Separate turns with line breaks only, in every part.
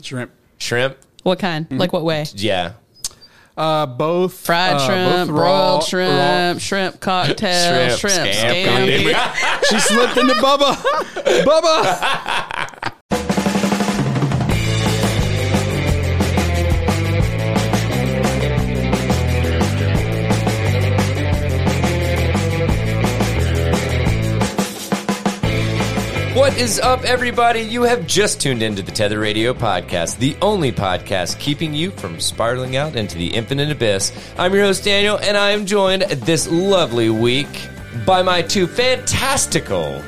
Shrimp.
Shrimp?
What kind? Like what way?
Yeah.
Uh, both
Fried
uh,
shrimp,
both raw-
broiled shrimp, shrimp cocktail, shrimp, scampi.
raw- She slipped into Bubba. Bubba.
What is up, everybody? You have just tuned into the Tether Radio podcast, the only podcast keeping you from spiraling out into the infinite abyss. I'm your host, Daniel, and I am joined this lovely week by my two fantastical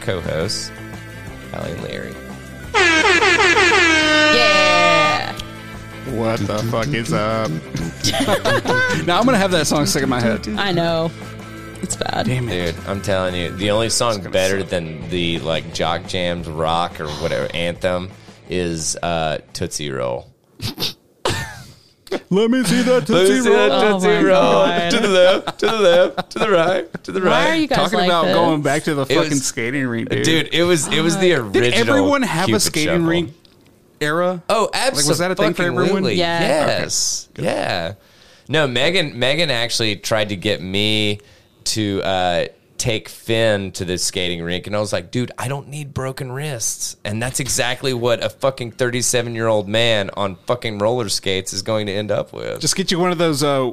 co hosts, Allie and Larry.
Yeah.
What the fuck is up? now I'm gonna have that song stuck in my head.
I know. It's bad.
Damn it.
Dude, I'm telling you, the only song better than the like jock jams rock or whatever anthem is uh, Tootsie Roll.
Let me see that
Let me
Tootsie
see that
Roll.
Oh
Tootsie
my
Roll.
God.
To the left, to the left, to the right, to the right.
Why are you guys
Talking
like
about
this?
going back to the
It was-
fucking skating rink, dude.
Dude, it was it was the original.
Did everyone have a
Cupid
skating
Shuffle.
rink era?
Oh, absolutely.
was that a thing for everyone?
Yeah.
Yes. Yeah. No, Megan. Megan actually tried to get me to uh, take Finn to the skating rink, and I was like, "Dude, I don't need broken wrists." And that's exactly what a fucking thirty-seven-year-old man on fucking roller skates is going to end up with.
Just get you one of those uh,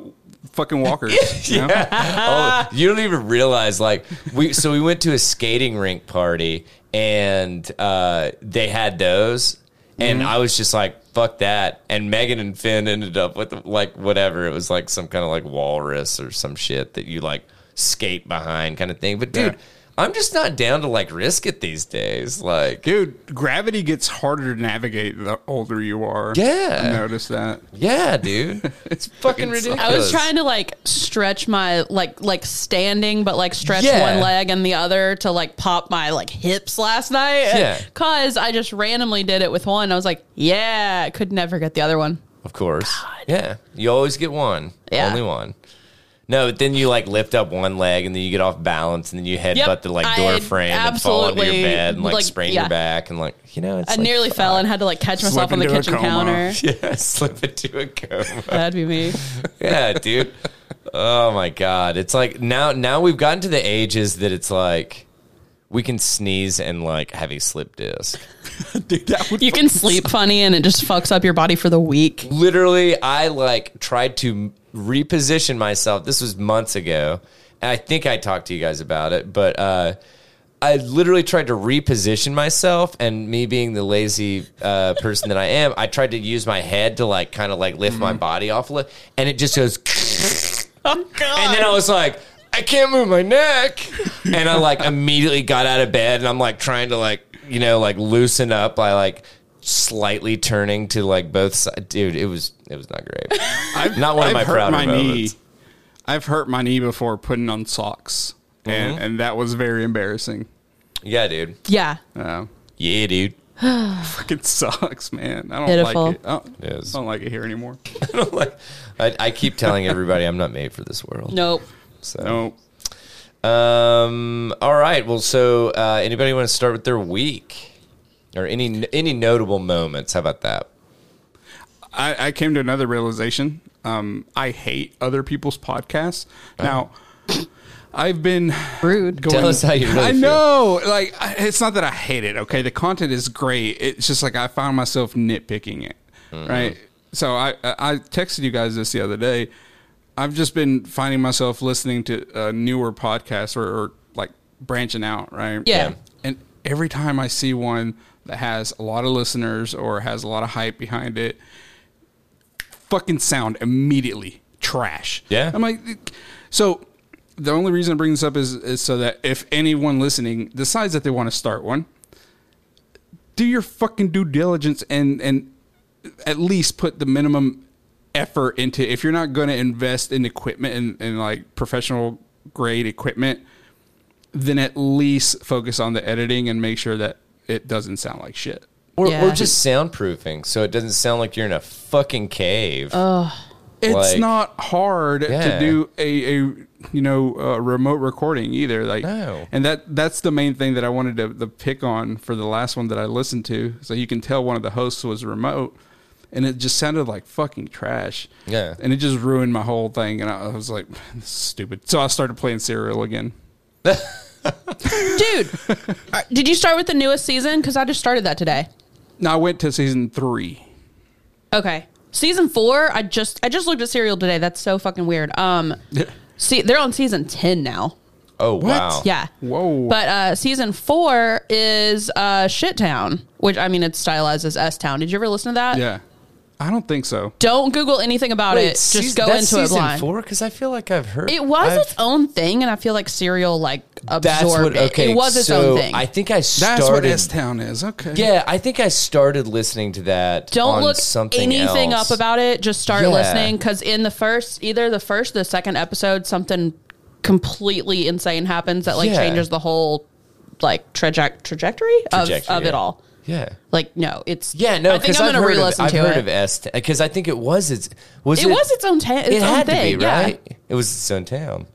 fucking walkers. you know?
oh, you don't even realize like we so we went to a skating rink party and uh they had those and I was just like fuck that and Megan and Finn ended up with like whatever it was like some kind of like walrus or some shit that you like skate behind kind of thing but dude
Yeah.
I'm just not down to like risk it these days like
Dude, gravity gets harder to navigate the older you are.
Yeah.
I noticed that.
yeah dude it's fucking ridiculous
I was trying to like stretch my like like standing, but like stretch
Yeah.
one leg and the other to like pop my like hips last night.
Yeah.
Cause I just randomly did it with one. I was like, yeah, I could never get the other one.
Of course. Yeah. You always get one.
Yeah.
Only one. No, but then you like lift up one leg and then you get off balance and then you headbutt
Yep.
the like door
I
frame and fall into your
absolutely,
bed and like,
like,
sprain
yeah.
your back and like you know it's
I
like,
nearly fell and had to like catch
Slip
myself on the
into a
kitchen
coma.
counter.
yeah slip into a coma.
That'd be me.
yeah, dude. Oh my god. It's like now now we've gotten to the ages that it's like we can sneeze and like have a slip disc.
Dude, that would
You can sleep funny and it just fucks up your body for the week.
literally i like tried to reposition myself this was months ago and i think i talked to you guys about it but uh i literally tried to reposition myself and me being the lazy uh person that i am i tried to use my head to like kind of like lift my body off a li- and it just goes
Oh god.
and then I was like, I can't move my neck. And I like immediately got out of bed and I'm like trying to like, you know, like loosen up by like slightly turning to like both sides. Dude, it was it was not great.
I've,
Not one of my prouder
knee.
moments.
I've hurt my knee before putting on socks,
Mm-hmm.
and, and that was very embarrassing.
Yeah, dude.
yeah.
Uh,
Yeah, dude.
fucking sucks, man. I don't
Pitiful.
like it. I don't,
It is.
I don't like it here anymore.
like, I, I keep telling everybody I'm not made for this world.
Nope.
So,
No,
um, all right. Well, so uh, anybody want to start with their week or any any notable moments? How about that?
I, I came to another realization. Um, I hate other people's podcasts. Now, I've been
Rude.
going.
Tell us how you really
I
feel.
know, like I- it's not that I hate it. Okay, the content is great. It's just like I found myself nitpicking it,
Mm-hmm.
right? So I I I texted you guys this the other day. I've just been finding myself listening to uh, newer podcasts or, or like branching out, right?
Yeah. Yeah.
And every time I see one that has a lot of listeners or has a lot of hype behind it, fucking sound immediately trash.
Yeah.
I'm like, so the only reason I bring this up is, is so that if anyone listening decides that they want to start one, do your fucking due diligence and and at least put the minimum effort into if you're not going to invest in equipment and, and like professional grade equipment then at least focus on the editing and make sure that it doesn't sound like shit
Or,
Yeah. Oh.
or just soundproofing so it doesn't sound like you're in a fucking cave.
It's
Like-
not hard to
Yeah.
do a, a you know a remote recording either. Like,
No.
and that that's the main thing that I wanted to, to pick on for the last one that I listened to. So you can tell one of the hosts was remote, and it just sounded like fucking trash.
Yeah.
and it just ruined my whole thing. And I, I was like, this is stupid. So I started playing Serial again.
Dude, are- did you start with the newest season? Because I just started that today.
Now I went to season three.
Okay. Season four, I just I just looked at Serial today. That's so fucking weird. Um see they're on season ten now.
Oh wow.
Yeah.
Whoa.
But uh season four is uh Shit Town, which I mean it's stylized as S Town. Did you ever listen to that?
yeah, I don't think so.
Don't Google anything about
Wait,
it.
seas-
just go
that's
into it
season
blind.
four because I feel like I've heard
It was
I've-
its own thing, and I feel like Serial like absorbed
that's what
it.
okay.
it was its
so
own thing.
I think I started.
That's what S Town is. Okay.
yeah, I think I started listening to that.
Don't
on
look
something
anything
else.
up about it. Just start
Yeah.
listening because in the first, either the first or the second episode, something completely insane happens that like
Yeah.
changes the whole like traje- trajectory, of,
Trajectory,
of it
yeah.
all.
Yeah.
Like no, it's
Yeah, no,
I think
because
I'm
I've
gonna
heard of,
re-listen
I've
to
heard
it.
of S because I think it was its was
it, was its own ta- its
it
own
had
thing,
to be
yeah.
right. It was its own town.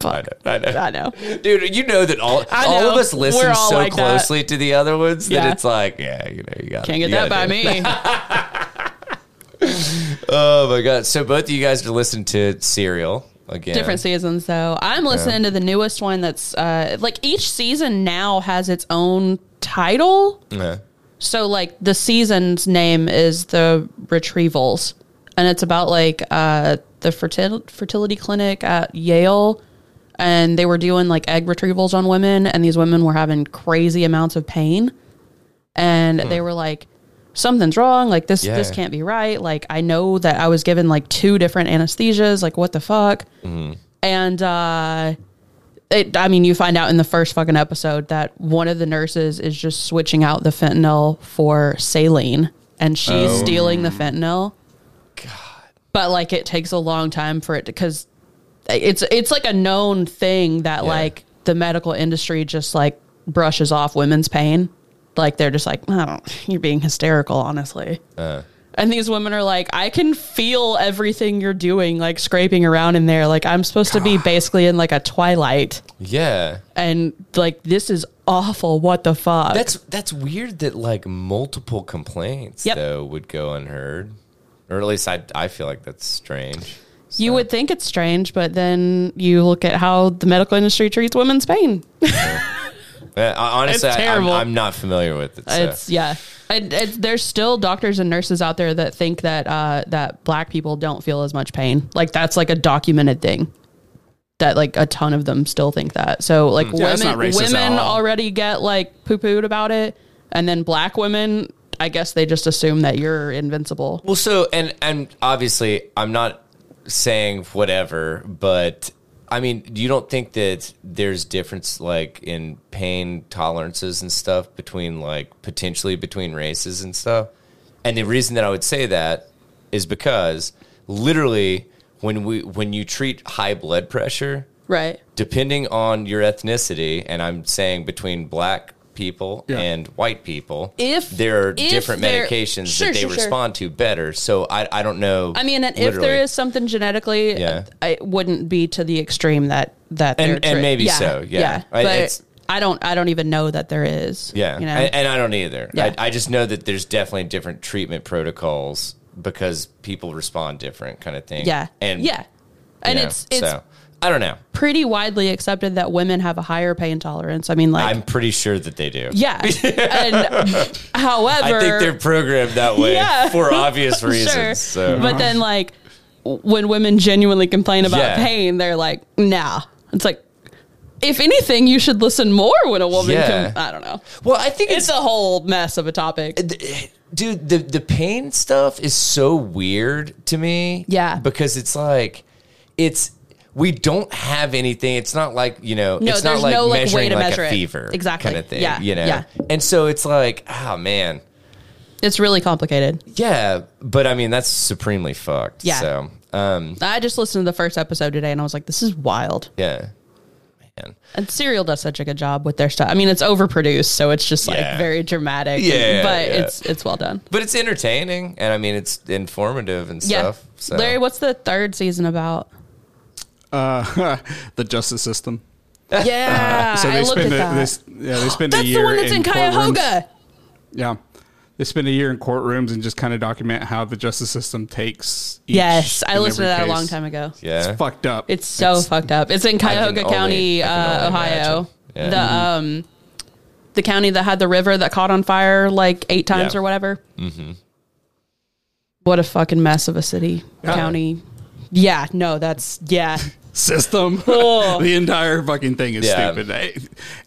Fuck.
I know.
I know.
Dude, you know that all
I
all
know.
of us
We're
listen
all
so
like that.
closely to the other ones
Yeah.
that it's like, yeah, you know, you got
Can't get that by me.
Oh my god! So both of you guys are listening to Serial again.
different seasons though i'm listening to the newest one that's uh like each season now has its own title
Yeah.
so like the season's name is the retrievals and it's about like uh the fertil- fertility clinic at yale and they were doing like egg retrievals on women and these women were having crazy amounts of pain and they were like something's wrong like this this
Yeah.
can't be right like i know that i was given like two different anesthesias like what the fuck and uh it, I mean, you find out in the first fucking episode that one of the nurses is just switching out the fentanyl for saline and she's stealing the fentanyl. God. But like it takes a long time for it to cuz it's it's like a known thing that
Yeah.
like the medical industry just like brushes off women's pain. Like they're just like, I don't, you're being hysterical, honestly.
Uh.
And these women are like, I can feel everything you're doing, like scraping around in there. Like I'm supposed to be basically in like a twilight,
Yeah.
and like this is awful. What the fuck?
That's that's weird that like multiple complaints
Yep.
though would go unheard, or at least I I feel like that's strange.
you would think it's strange, but then you look at how the medical industry treats women's pain.
Uh, I- honestly,
It's
I, I'm,
terrible.
I'm not familiar with it. So.
It's yeah. And it's, there's still doctors and nurses out there that think that uh, that black people don't feel as much pain. Like that's like a documented thing. That like a ton of them still think that. So like
Mm.
Yeah, that's
women,
not racist at
women
all.
already get like poo pooed about it, and then black women, I guess they just assume that you're invincible.
Well, so and and obviously, I'm not saying whatever, but I mean, you don't think that there's difference like in pain tolerances and stuff between like potentially between races and stuff. And the reason that I would say that is because literally when we when you treat high blood pressure,
Right.
depending on your ethnicity, and I'm saying between black people
Yeah.
and white people,
If-
there are
if
different
there-
medications
Sure,
that they
sure, sure.
respond to better. So I, I don't know.
I mean, and if
literally.
there is something genetically,
Yeah.
it wouldn't be to the extreme that that
And-
they're
and
tri-
maybe so, yeah. I-
But
it's-
I don't. I don't even know that there is.
yeah,
You know?
and, and I don't either.
Yeah.
I, I just know that there's definitely different treatment protocols because people respond different, kind of thing.
yeah.
and
yeah.
you
And
know,
it's it's
so I don't know.
pretty widely accepted that women have a higher pain tolerance. I mean, like
I'm pretty sure that they do.
yeah. and however,
I think they're programmed that way
Yeah.
for obvious reasons.
sure.
So
But then, like w- when women genuinely complain about
Yeah.
pain, they're like, nah. It's like. If anything, you should listen more when a woman.
Yeah.
can I don't know.
well, I think
It's a whole mess of a topic.
Th- dude the the pain stuff is so weird to me
Yeah.
because it's like it's we don't have anything it's not like you know
No,
it's not
there's
like
no, like, way
measuring
to
like
measure
a
it.
fever
Exactly.
kind of thing
Yeah,
you know
yeah.
and so it's like oh man
It's really complicated.
yeah but i mean that's supremely fucked
Yeah.
so um
I just listened to the first episode today and I was like, this is wild.
yeah man.
And Serial does such a good job with their stuff. I mean, it's overproduced, so it's just like
Yeah.
very dramatic.
Yeah,
but
yeah.
it's it's well done.
But it's entertaining, and I mean, it's informative and
Yeah,
stuff. So.
Larry, what's the third season about?
Uh, the justice system.
Yeah,
So
Uh, I
they
looked at
spend a,
that.
they s- yeah they spend a
That's
year
the one that's in,
courtrooms.
Cuyahoga.
Yeah, they spend a year in courtrooms and just kind of document how the justice system takes. Each
Yes, I
and
listened to
every
that a
case.
long time ago.
yeah,
It's fucked up.
It's so fucked up. It's in
can
Cuyahoga
only- Mm-hmm.
County,
I can
uh,
only
Ohio.
imagine.
The um, the county that had the river that caught on fire like eight times
Yeah.
or whatever. Mm-hmm. What a fucking mess of a city,
Yeah.
county. Yeah, no, that's yeah.
system.
Oh.
the entire fucking thing is
Yeah.
stupid. I,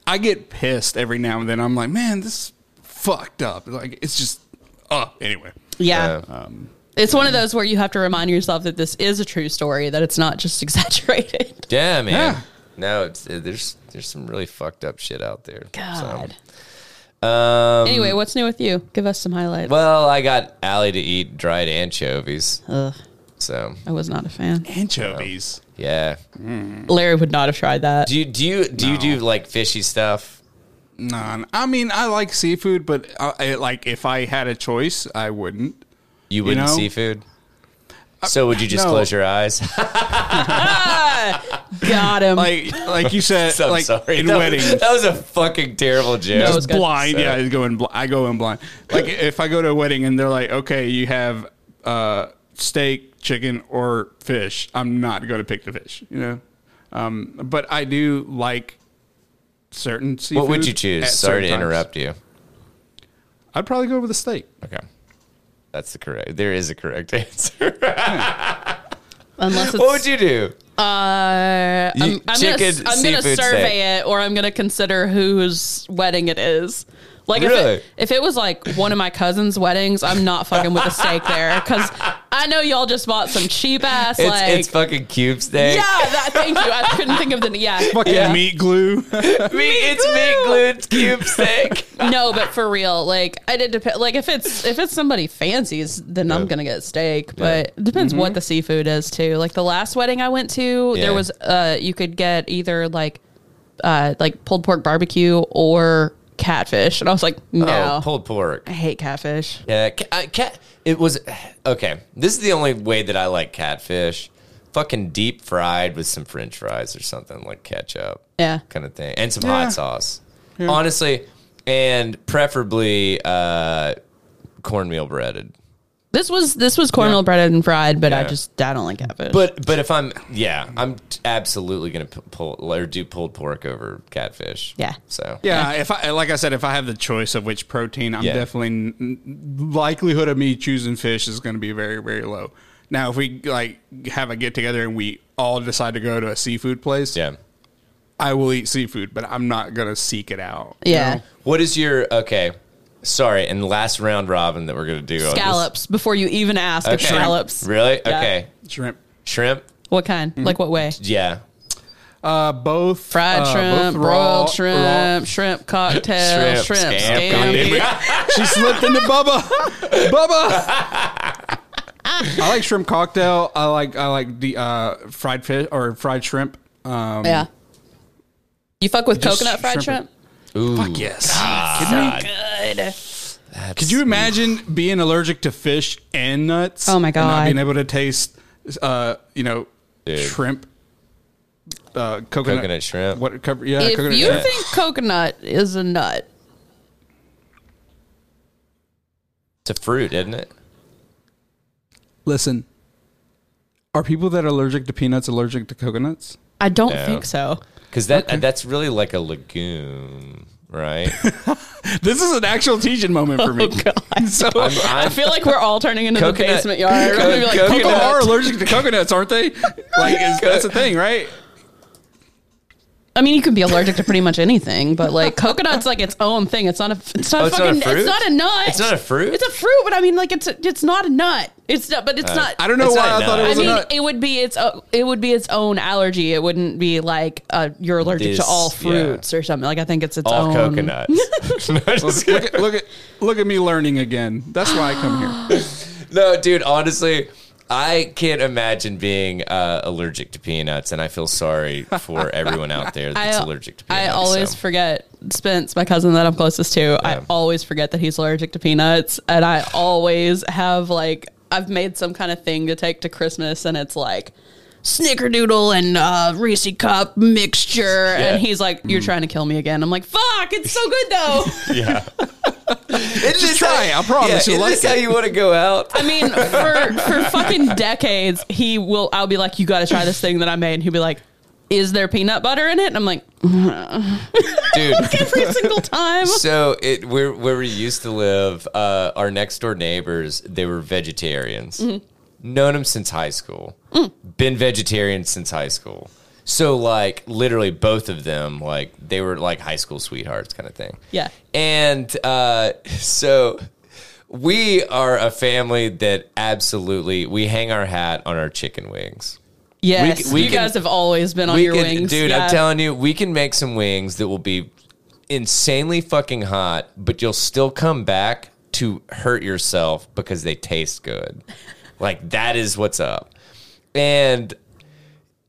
I get pissed every now and then. I'm like, man, this is fucked up. Like it's just up anyway. Um,
Yeah.
Uh,
it's one of those where you have to remind yourself that this is a true story, that it's not just exaggerated.
yeah, man.
Yeah.
No, it's, uh, there's there's some really fucked up shit out there. So,
God.
um,
Anyway, what's new with you? Give us some highlights.
well, I got Allie to eat dried anchovies,
Ugh,
so
I was not a fan.
Anchovies.
yeah.
Larry would not have tried that.
Do you do you do you do like fishy stuff?
Nah, I mean, I like seafood, but I, I- like if I had a choice, I wouldn't.
You wouldn't
know? Uh,
seafood. So would you just
no.
close your eyes?
Got him.
Like, like you said,
I'm
like
sorry.
in
that,
weddings,
that was a fucking terrible joke.
That was good.
blind.
So-
Yeah, I go in. Bl- I go in blind. Like if I go to a wedding and they're like, okay, you have uh, steak, chicken, or fish. I'm not going to pick the fish. You know, um, but I do like certain seafood.
What would you
at
choose? Sorry
certain
to
times.
interrupt you.
I'd probably go with a steak.
Okay. That's the correct. There is a correct answer.
Unless it's,
what would you do?
uh, I'm,
You-
I'm
chicken,
gonna, I'm gonna
seafood
survey
steak.
it, or I'm gonna consider whose wedding it is. Like if,
Really?
it, if it was like one of my cousin's weddings, I'm not fucking with a steak there because I know y'all just bought some cheap ass
It's,
like
it's fucking cube steak.
yeah. That, thank you. I couldn't think of the yeah.
Fucking
Yeah.
meat glue.
Me, it's meat glued cube steak.
No, but for real, like I did depend. Like if it's if it's somebody fancies, then I'm gonna get steak. But it depends what the seafood is too. Like the last wedding I went to,
Mm-hmm. Yeah.
there was uh you could get either like uh like pulled pork barbecue or catfish, and I was like, no,
Oh, pulled pork.
I hate catfish.
Yeah, ca- I, cat. It was okay. This is the only way that I like catfish. Fucking deep fried with some French fries or something like ketchup.
Yeah.
kind of thing, and some
Yeah.
hot sauce. Honestly, and preferably uh, cornmeal breaded.
This was this was cornmeal breaded and fried, but I
Yeah.
just I don't like catfish.
But but if I'm yeah, I'm t- absolutely gonna p- pull or do pulled pork over catfish.
Yeah.
So
Yeah, if I like I said, if I have the choice of which protein, I'm
Yeah.
definitely n- likelihood of me choosing fish is going to be very very low. Now, if we like have a get together and we all decide to go to a seafood place,
yeah.
I will eat seafood, but I'm not going to seek it out. you
yeah,
know?
What is your okay? Sorry, and last round robin that we're gonna do on this-
scallops before you even ask. if
Okay.
Scallops,
Really? Okay. Mm-hmm.
shrimp,
Shrimp.
what kind? Like what way?
Yeah.
uh, both
Fried
uh, both
shrimp,
raw-
broiled shrimp,
raw-
shrimp cocktail,
Shrimp,
shrimp,
scampi.
scampi.
she slipped into Bubba, Bubba. I like shrimp cocktail. I like I like the uh, fried fish or fried shrimp. Um,
Yeah. You fuck with
Just
coconut fried
shrimp
shrimp?
Ooh.
Fuck yes.
God.
Good.
Could you imagine being allergic to fish and nuts?
Oh, my
and not
God.
being able to taste, uh, you know,
Dude.
shrimp, uh, coconut,
Coconut shrimp.
What? Co- yeah,
If
coconut
you
shrimp.
think coconut is a nut,
It's a fruit, isn't it?
Listen, are people that are allergic to peanuts allergic to coconuts?
I don't
No.
think so.
Because that that's really like a legume, right?
This is an actual teaching moment for me.
Oh god. So
I'm-
I feel like we're all turning into
Coconut-
the basement yard.
co-
We're gonna be like,
People
coconut.
coconut.
are allergic to coconuts, aren't they? Like, is, that's the thing, right?
I mean, you could be allergic to pretty much anything, but like coconut's like its own thing. It's not a. It's not
Oh,
a
it's not a
fucking.
fruit?
it's not a nut.
It's not a fruit?
It's a fruit, but I mean, like it's a, it's not a nut. It's not, but it's not.
I don't know
It's
why I
not
thought it
nuts.
I
was
mean,
a nut.
it would be its o- it would be its own allergy. It wouldn't be like uh, you're allergic to
This-
all
yeah.
fruits or something. Like I think it's its
All
own
coconuts. No, just
Look at, look at look at me learning again. That's why I come here.
No, dude, honestly, I can't imagine being uh, allergic to peanuts, and I feel sorry for everyone out there that's allergic to peanuts.
I always
so.
forget Spence, my cousin that I'm closest to. I
Yeah.
always forget that he's allergic to peanuts, and I always have like I've made some kind of thing to take to Christmas, and it's like snickerdoodle and uh, Reese cup mixture,
Yeah. Mm.
and he's like, "You're trying to kill me again." I'm like, "Fuck, it's so good though."
yeah. Just
try it, I promise you'll
isn't
like
this how you want to go out?
I mean, for for fucking decades, he will. I'll be like, "You got to try this thing that I made," and he'll be like. Is there peanut butter in it? And I'm like,
Dude,
every single time.
So it where where we used to live, uh, our next door neighbors they were vegetarians.
Mm-hmm.
Known them since high school.
Mm.
Been vegetarian since high school. So like literally both of them like they were like high school sweethearts kind of thing.
Yeah.
And uh, so we are a family that absolutely we hang our hat on our chicken wings.
Yes,
we
you
can-
guys have always been on
We
your
can-
wings,
Dude,
Yeah.
I'm telling you, we can make some wings that will be insanely fucking hot, but you'll still come back to hurt yourself because they taste good. like that is what's up. And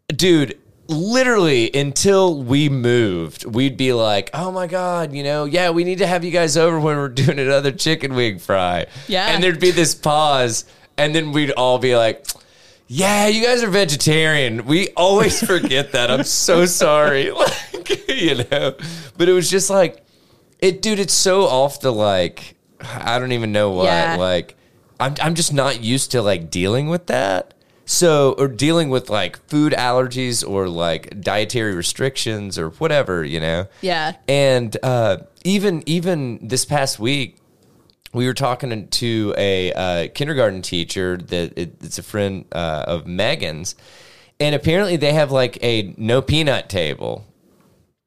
dude, literally until we moved, we'd be like, "Oh my god, you know, yeah, we need to have you guys over when we're doing another chicken wing fry."
Yeah.
and there'd be this pause, and then we'd all be like. Yeah, you guys are vegetarian. We always forget that. I'm so sorry. Like, you know, but it was just like, it, dude, it's so off the like, I don't even know what.
Yeah.
Like, I'm, I'm just not used to like dealing with that. So, or dealing with like food allergies or like dietary restrictions or whatever, you know?
Yeah.
And uh, even, even this past week, we were talking to a uh, kindergarten teacher that it, it's a friend uh, of Megan's, and apparently they have like a no peanut table.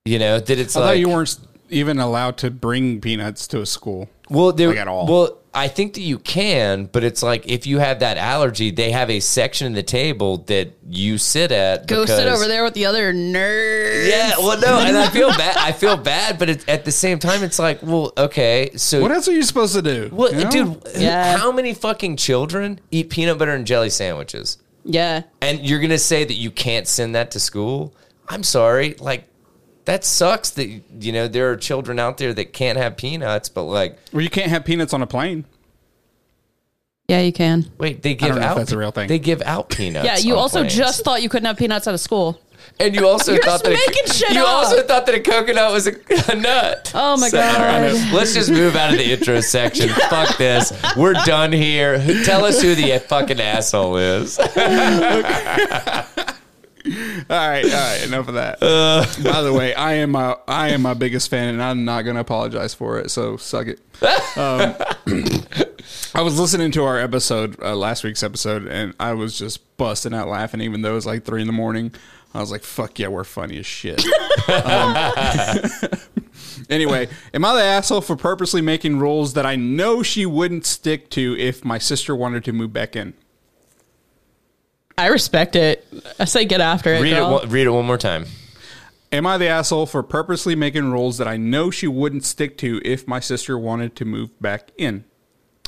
You know that it's
I
like
thought you weren't even allowed to bring peanuts to a school.
well there
like, at all.
Well, I think that you can, but it's like if you have that allergy, they have a section in the table that you sit at.
Go sit
because-
over there with the other nerds.
Yeah, well, no, and I feel bad. I feel bad, but it's, at the same time, it's like, well, okay, so
What else are you supposed to do?
Well,
You know?
dude,
Yeah.
how many fucking children eat peanut butter and jelly sandwiches?
Yeah.
And you're gonna say that you can't send that to school? I'm sorry, like that sucks. That you know there are children out there that can't have peanuts, but like,
Well, you can't have peanuts on a plane.
Yeah, you can.
wait, they give
don't know if
out
that's a real thing.
They give out peanuts.
Yeah, you
on
also
planes.
just thought you couldn't have peanuts out of school.
and you also
You're
thought
just
that a-
making shit
you
up.
also thought that a coconut was a, a nut.
Oh my
I don't
God.
know. Let's just move out of the intro section. Fuck this. We're done here. Who- Tell us who the fucking asshole is.
All right, all right, enough of that. By the way, I am my I am my biggest fan, and I'm not going to apologize for it. So suck it. Um, I was listening to our episode uh, last week's episode, and I was just busting out laughing, even though it was like three in the morning. I was like, "Fuck yeah, we're funny as shit." Um, Anyway, am I the asshole for purposely making rules that I know she wouldn't stick to if my sister wanted to move back in?
I respect it. I say get after it.
Read it.
girl.
One, read it one more time.
Am I the asshole for purposely making rules that I know she wouldn't stick to if my sister wanted to move back in?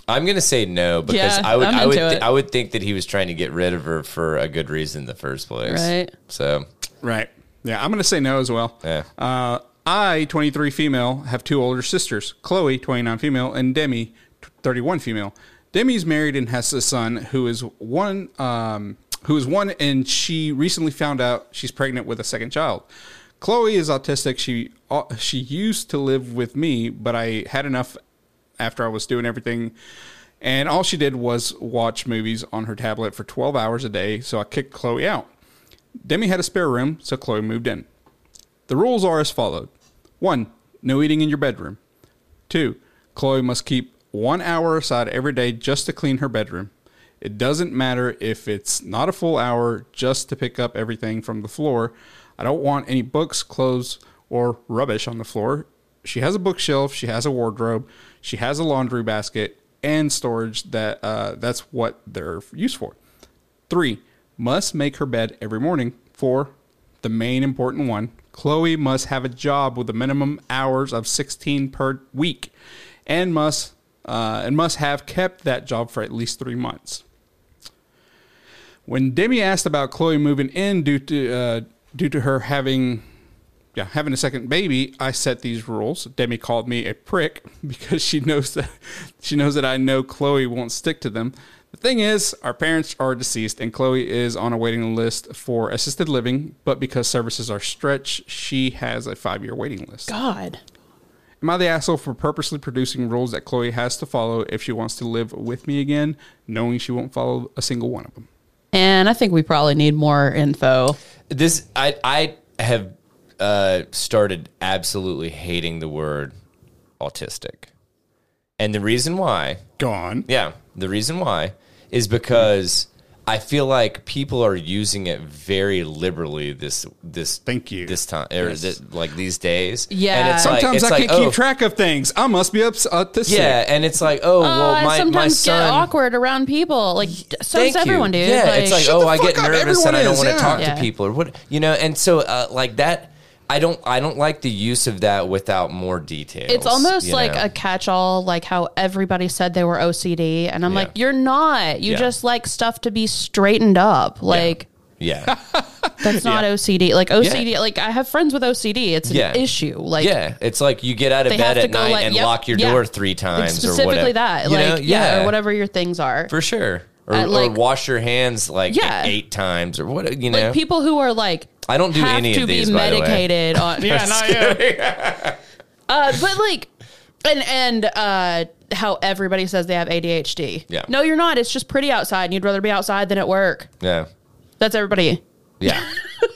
I'm gonna say no because
Yeah,
I would
I'm
I would
into
th-
it.
I would think that he was trying to get rid of her for a good reason in the first place.
Right.
So
Right. Yeah, I'm going to say no as well.
Yeah.
Uh, I, 23 female, have two older sisters, Chloe, 29 female, and Demi, t- 31 female. Demi's married and has a son who is one um, who is one and she recently found out she's pregnant with a second child. Chloe is autistic. She au- she used to live with me, but I had enough after I was doing everything. And all she did was watch movies on her tablet for 12 hours a day, so I kicked Chloe out. Demi had a spare room, so Chloe moved in. The rules are as followed one, no eating in your bedroom. Two, Chloe must keep one hour aside every day just to clean her bedroom. It doesn't matter if it's not a full hour, just to pick up everything from the floor. I don't want any books, clothes, or rubbish on the floor. She has a bookshelf, she has a wardrobe, she has a laundry basket, and storage that uh, that's what they're used for. Three, must make her bed every morning. Four, the main important one, Chloe must have a job with a minimum hours of 16 per week, and must uh, and must have kept that job for at least three months. When Demi asked about Chloe moving in due to uh, due to her having yeah having a second baby, I set these rules. Demi called me a prick because she knows that she knows that I know Chloe won't stick to them. The thing is, our parents are deceased, and Chloe is on a waiting list for assisted living. But because services are stretched, she has a five year waiting list.
God.
Am I the asshole for purposely producing rules that Chloe has to follow if she wants to live with me again, knowing she won't follow a single one of them?
And I think we probably need more info.
This I I have uh, started absolutely hating the word autistic, and the reason why,
Gone.
yeah, the reason why is because I feel like people are using it very liberally this this
Thank you.
this time or
Yes.
thi- like these days.
Yeah.
like-
Sometimes I
like,
can't
oh,
keep track of things. I must be uh, ups- autistic.
Yeah, and it's like, oh well, my
Uh, sometimes
my son.
get awkward around people. Like, so
Thank
does everyone,
you.
dude.
Yeah, it's like,
the
oh, I
fuck
get
up.
nervous
Everyone
and I don't
is,
want to
yeah.
talk
Yeah.
to people or what, you know. And so, uh, like that, I don't, I don't like the use of that without more details.
it's almost
you
like
know?
a catch-all, like how everybody said they were OCD, and I'm
Yeah.
like, you're not. You
Yeah.
just like stuff to be straightened up. Like
yeah,
that's not OCD. Like OCD. Like I have friends with OCD. It's an
Yeah.
issue. Like
yeah. It's like you get out of
They have
bed
to
at
go
night
like-
and
yep,
lock your
yeah.
door three times
specifically
or whatever.
that.
You
Like
know?
yeah. or whatever your things are.
for sure. Or,
Uh, like-
or wash your hands like
Yeah.
eight times or what you know.
like people who are like
I don't do
have
any
to
of these,
be
by the way.
medicated on yeah not uh, but like and and uh how everybody says they have ADHD
Yeah.
no you're not it's just pretty outside and you'd rather be outside than at work
yeah,
that's everybody
yeah.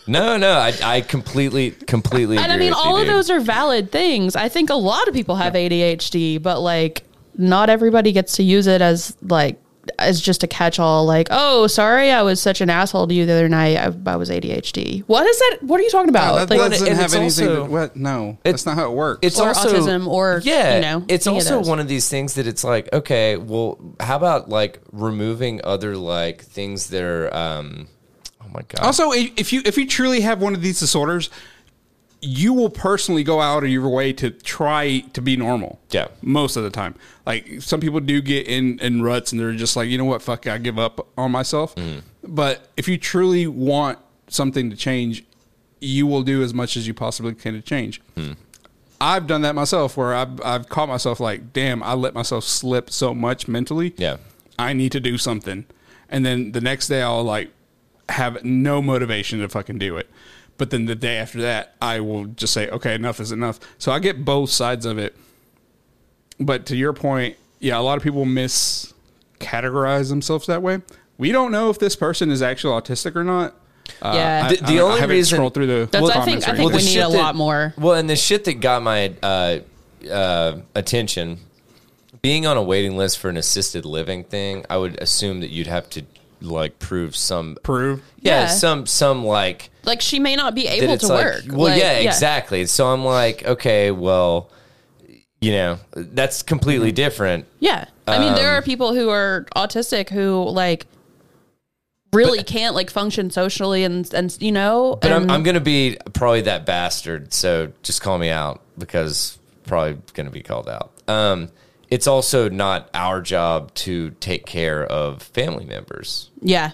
no, no. I, I completely, completely.
and I
agree
mean
with you,
all of
dude.
those are valid things I think a lot of people have ADHD but like not everybody gets to use it as like as just a catch-all like oh sorry i was such an asshole to you the other night i, I was adhd what is that what are you talking
Uh,
That
about Like-
doesn't
Oh, and
have
it's
anything.
also-
to, what? No, that's not how it works.
it's
Or
also,
autism or,
yeah,
you know,
it's
any of
also
those.
one of these things that it's like okay well how about like removing other like things that are um oh my god
also, i- if you if you truly have one of these disorders, you will personally go out of your way to try to be normal.
Yeah.
most of the time. Like some people do get in in ruts and they're just like, you know what, fuck, it, I give up on myself.
Mm.
But if you truly want something to change, you will do as much as you possibly can to change.
Mm.
I've done that myself, where I've I've caught myself like, damn, I let myself slip so much mentally.
Yeah.
I need to do something. And then the next day I'll like have no motivation to fucking do it. But then the day after that, I will just say, okay, enough is enough. So I get both sides of it. But to your point, yeah, a lot of people miscategorize themselves that way. We don't know if this person is actually autistic or not. Uh,
Yeah.
I,
The-
I
the
don't-
only
I haven't
reason-
scrolled through the
That's- I think-
comments
I
or
think
anything.
we need
shit
a lot more.
Well, and the shit that got my uh, uh, attention being on a waiting list for an assisted living thing, I would assume that you'd have to like prove some
prove.
yeah,
Yeah.
some some like
like she may not be
that
able
it's
to
like,
work.
Well,
Like,
yeah, exactly. So I'm like, okay, well, you know, that's completely different.
Yeah. I mean, there
Um,
are people who are autistic who like really can't like function socially and and you know.
But I'm,
and-
I'm going to be probably that bastard. So just call me out because probably going to be called out. Um, it's also not our job to take care of family members.
yeah.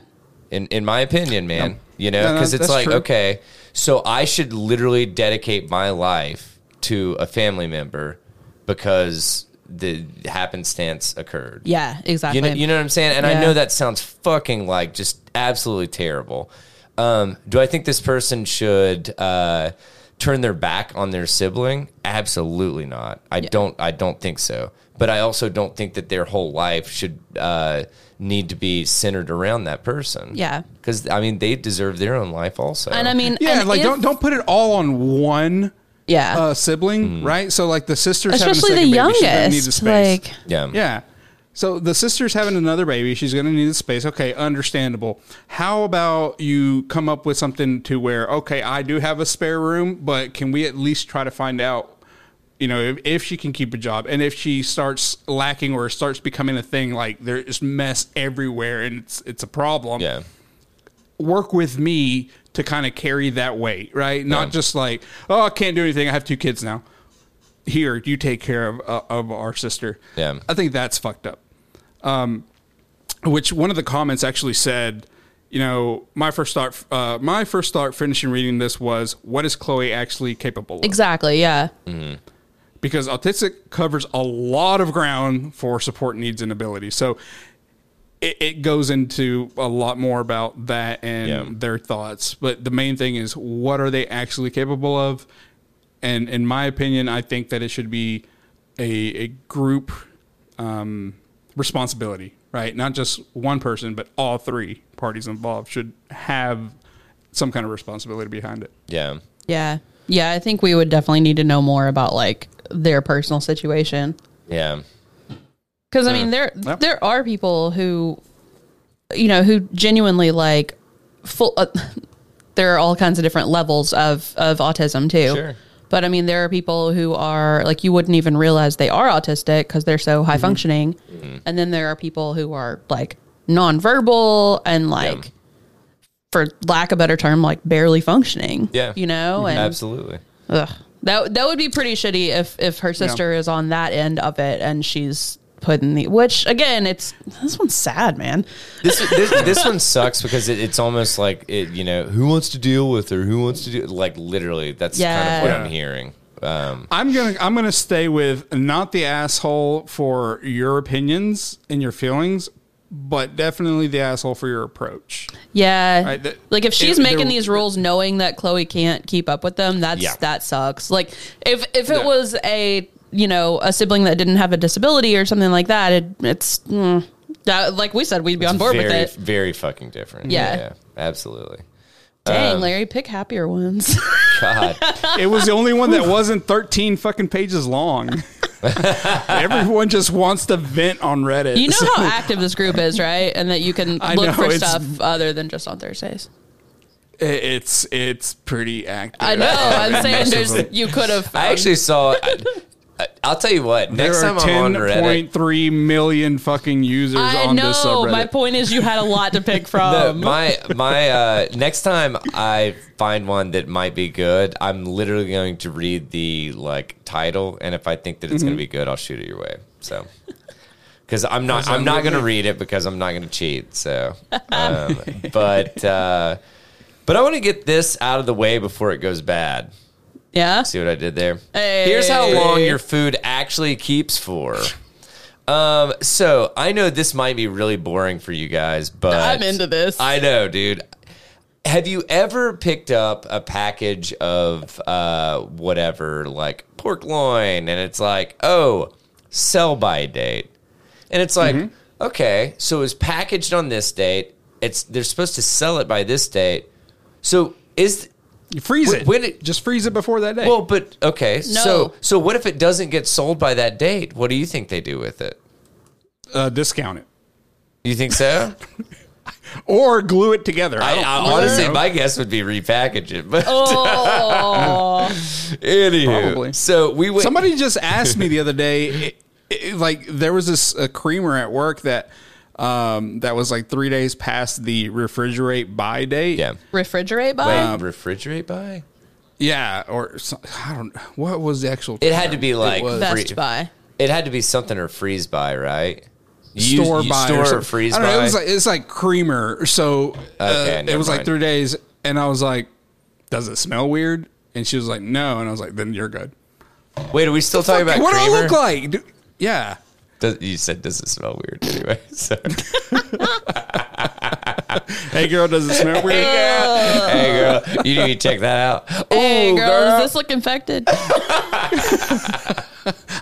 in in my opinion, man. You know,
No, no,
because it's
that's
like
true.
okay, so I should literally dedicate my life to a family member because the happenstance occurred.
Yeah. Exactly.
You know, you know what I'm saying? And I
Yeah.
know that sounds fucking like just absolutely terrible. Um, do I think this person should uh, turn their back on their sibling? Absolutely not. I don't. I don't think so. But I also don't think that their whole life should uh, need to be centered around that person.
Yeah.
because I mean, they deserve their own life also.
and I mean,
Yeah,
and
like
if-
don't don't put it all on one
Yeah.
uh,
Mm.
sibling, right? So like the sisters,
Especially
having a
the
second baby, she's gonna need the
youngest.
space.
Like.
yeah,
yeah. So the sister's having another baby. She's going to need the space. Okay, understandable. How about you come up with something to where, okay, I do have a spare room, but can we at least try to find out, you know, if, if she can keep a job and if she starts lacking or starts becoming a thing, like there's mess everywhere and it's it's a problem
yeah.
work with me to kind of carry that weight, right? Not
Yeah.
just like, oh, I can't do anything. I have two kids now. Here, you take care of uh, of our sister.
Yeah.
I think that's fucked up. Um, which one of the comments actually said, you know, my first thought, uh, my first thought finishing reading this was, what is Chloe actually capable of?
Exactly. Yeah.
Because autistic covers a lot of ground for support needs and abilities. So it, it goes into a lot more about that and
Yeah.
their thoughts. But the main thing is, what are they actually capable of? And in my opinion, I think that it should be a, a group um, responsibility, right? Not just one person, but all three parties involved should have some kind of responsibility behind it.
Yeah.
Yeah. Yeah. I think we would definitely need to know more about like their personal situation.
Yeah.
Because I mean, there
Yep.
there are people who, you know, who genuinely like full. Uh, there are all kinds of different levels of of autism too.
Sure.
But I mean, there are people who are like you wouldn't even realize they are autistic because they're so
Mm-hmm.
high functioning, and then there are people who are like nonverbal and like, for lack of a better term, like barely functioning.
Yeah. Mm-hmm.
you know, and
Absolutely.
Ugh. That that would be pretty shitty if if her sister is on that end of it and she's put in the which again it's this one's sad man
This, this this one sucks because it, it's almost like it, you know who wants to deal with her who wants to do like literally that's kind of what
Yeah.
I'm hearing. Um,
I'm gonna I'm gonna stay with not the asshole for your opinions and your feelings, but definitely the asshole for your approach.
yeah
Right, that-
like if she's
it-
making
there-
these rules knowing that chloe can't keep up with them that's
Yeah.
that sucks like if if it
Yeah.
was a you know a sibling that didn't have a disability or something like that it, it's mm, that, like we said we'd be on board
very
with it
very fucking different.
Yeah.
absolutely.
uh,
dang larry pick happier ones
God,
It was the only one that wasn't 13 fucking pages long. Everyone just wants to vent on Reddit.
you know how active this group is right and that you can
I
look
know,
for
it's-
stuff other than just on thursdays
It- it's it's pretty active.
I know. I'm saying there's
Racism.
you could have. um,
I actually saw. I, I- I'll tell you what.
There
Next
are
time I'm on Reddit,
10.3 million fucking users
I
on this
know.
subreddit.
My point is, you had a lot to pick
No,
from.
my my uh, next time I find one that might be good, I'm literally going to read the like title, and if I think that it's going to be good, I'll shoot it your way. So, because I'm not I'm not going to read it because I'm not going to cheat. So, um, but uh, but I want to get this out of the way before it goes bad.
yeah.
See what I did there?
Hey.
Here's how long your food actually keeps for. Um, so I know this might be really boring for you guys, but
I'm into this.
I know, dude. Have you ever picked up a package of uh, whatever, like pork loin, and it's like, oh, sell by date, and it's like,
Mm-hmm.
okay, so it was packaged on this date. It's they're supposed to sell it by this date. So is
you freeze
When-
it.
when it-
Just freeze it before that day.
well, but okay.
No.
So so what if it doesn't get sold by that date? What do you think they do with it?
uh, discount it.
You think so?
Or glue it together.
I,
don't-
I
don't
honestly,
know.
my guess would be repackage it. But
Oh,
anywho,
Probably.
so we went.
Somebody just asked me the other day, it, it, like there was this a creamer at work that um, that was like three days past the refrigerate buy date.
yeah,
refrigerate
wait,
by.
refrigerate by.
yeah, or some, I don't. What was the actual?
It had to be like
was-
Best
free-
buy.
It had to be something or freeze by, right? You-
store
you
buy
store
or,
or,
something.
freeze
I
by.
don't know, it was like it's like creamer. So uh,
Okay,
it
never
was like
mind.
three days, and I was like, "Does it smell weird?" And she was like, "No," and I was like, "Then you're good."
wait, are we still talking about
what do
creamer?
I look like? dude? yeah.
Does- you said does it smell weird anyway? So.
Hey girl, does it smell weird?
hey girl, you need to check that out.
Hey,
Ooh,
girl, does this look infected?
I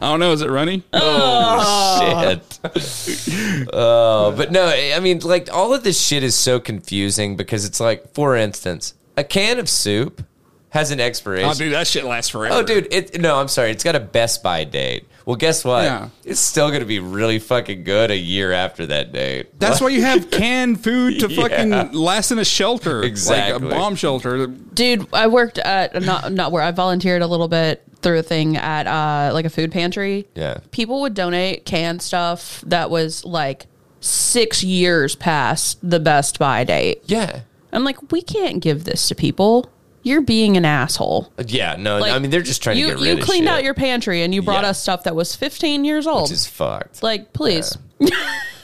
don't know. Is it runny?
Oh, shit. Oh, but no, I mean, like all of this shit is so confusing because it's like, for instance, a can of soup has an expiration.
Oh, dude, that shit lasts forever.
Oh, dude, it, no, I'm sorry, it's got a Best Buy date. Well, guess what?
Yeah.
It's still gonna be really fucking good a year after that date.
That's why you have canned food to fucking
Yeah.
last in a shelter,
Exactly.
like a bomb shelter.
dude i worked at not not where i volunteered a little bit through a thing at uh like a food pantry
Yeah.
people would donate canned stuff that was like six years past the best buy date
yeah.
i'm like we can't give this to people you're being an asshole
Yeah, no,
like
I mean they're just trying
you
to get rid
you
of
cleaned
shit,
out your pantry and you brought
Yeah.
us stuff that was 15 years old
which is fucked.
like please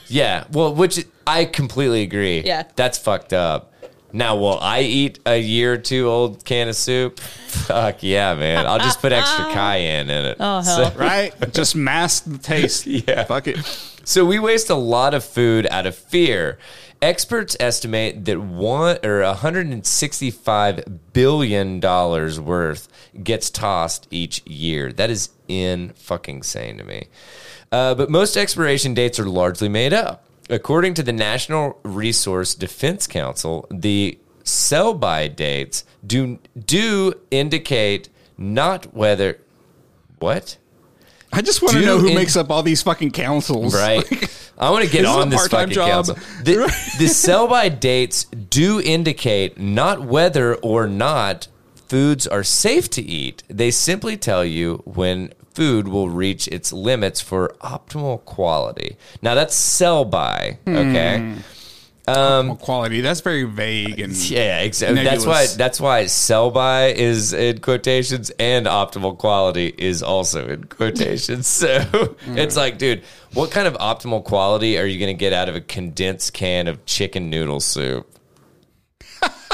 Yeah, well, which I completely agree.
Yeah.
That's fucked up. Now, will I eat a year or two old can of soup? Fuck yeah, man. I'll just put extra cayenne in it.
Oh, hell.
right? Just mask the taste.
Yeah.
Fuck it.
So we waste a lot of food out of fear. Experts estimate that one or 165 billion dollars worth gets tossed each year. That is in fucking sane to me. Uh, but most expiration dates are largely made up. According to the National Resource Defense Council, the sell by dates do do indicate not whether what
I just want
Do
to know who
in-
makes up all these fucking councils.
Right. I want to get
This is
on
a
this
part-time
fucking
job.
council. The, the sell by dates do indicate not whether or not foods are safe to eat. They simply tell you when food will reach its limits for optimal quality. Now that's sell by, okay?
Hmm. Well, quality. That's very vague and
Yeah, exactly. That's why
Nebulous.
that's why sell by is in quotations and optimal quality is also in quotations. So
Mm-hmm.
it's like, dude, what kind of optimal quality are you going to get out of a condensed can of chicken noodle soup?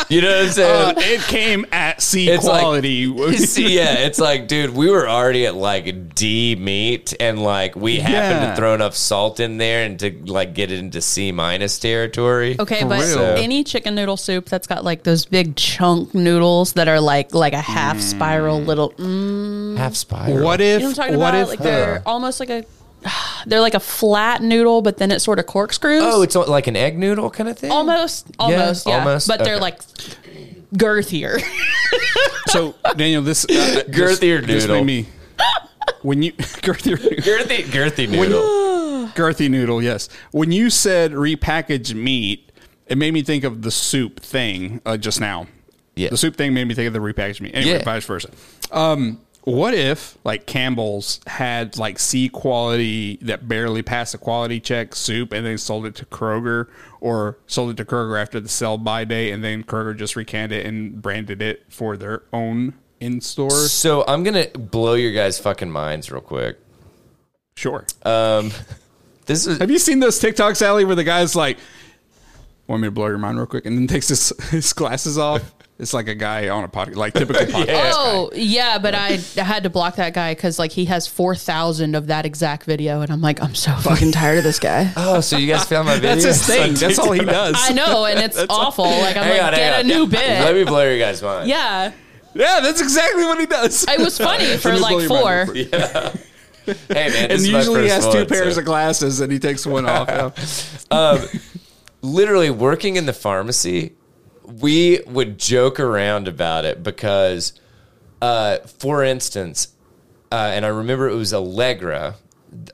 You know what I'm saying?
Uh, it came at C
It's like-
quality.
See, yeah, it's like, dude, we were already at like D meat, and like we happened
Yeah.
to throw enough salt in there and to like get it into C minus territory.
Okay,
For
but
real.
any chicken noodle soup that's got like those big chunk noodles that are like like a half spiral little. Mm,
half spiral.
what
you
if?
know what I'm talking
What
about?
if?
like they're almost like a. They're like a flat noodle, but then it sort of corkscrews.
Oh, it's like an egg noodle kind of thing.
almost, almost, yeah.
almost,
But they're
okay.
like girthier.
so Daniel, this uh, just-
Girthier
just
noodle.
made me. When you girthier noodle.
girthy, girthy noodle.
girthy noodle, yes. When you said repackaged meat, it made me think of the soup thing uh, just now.
Yeah.
the soup thing made me think of the repackaged meat. Anyway,
Yeah.
vice versa. Um, what if like Campbell's had like C quality that barely passed a quality check soup, and they sold it to Kroger or sold it to Kroger after the sell by day, and then Kroger just recanned it and branded it for their own in store?
So I'm gonna blow your guys' fucking minds real quick.
Sure.
This is
Have you seen those TikToks, Allie, where the guy's like, "Want me to blow your mind real quick?" and then takes his his glasses off. It's like a guy on a podcast, like typical podcast.
oh, yeah, but I had to block that guy because like he has four thousand of that exact video, and I'm like, I'm so fucking tired of this guy.
oh, so you guys found my video.
That's his thing. That's all he does.
I know, and it's awful. Like I'm like, get a new
Let
bit.
me blow your guys' mind.
Yeah,
Yeah, that's exactly what he does.
it was funny for
Let me
like
blow your mind
four.
real quick.
Hey man, this
And
is my
usually he
first
has two
one,
pairs
so-
of glasses, and he takes one off. yeah.
literally working in the pharmacy, we would joke around about it because, uh, for instance, uh, and I remember it was Allegra.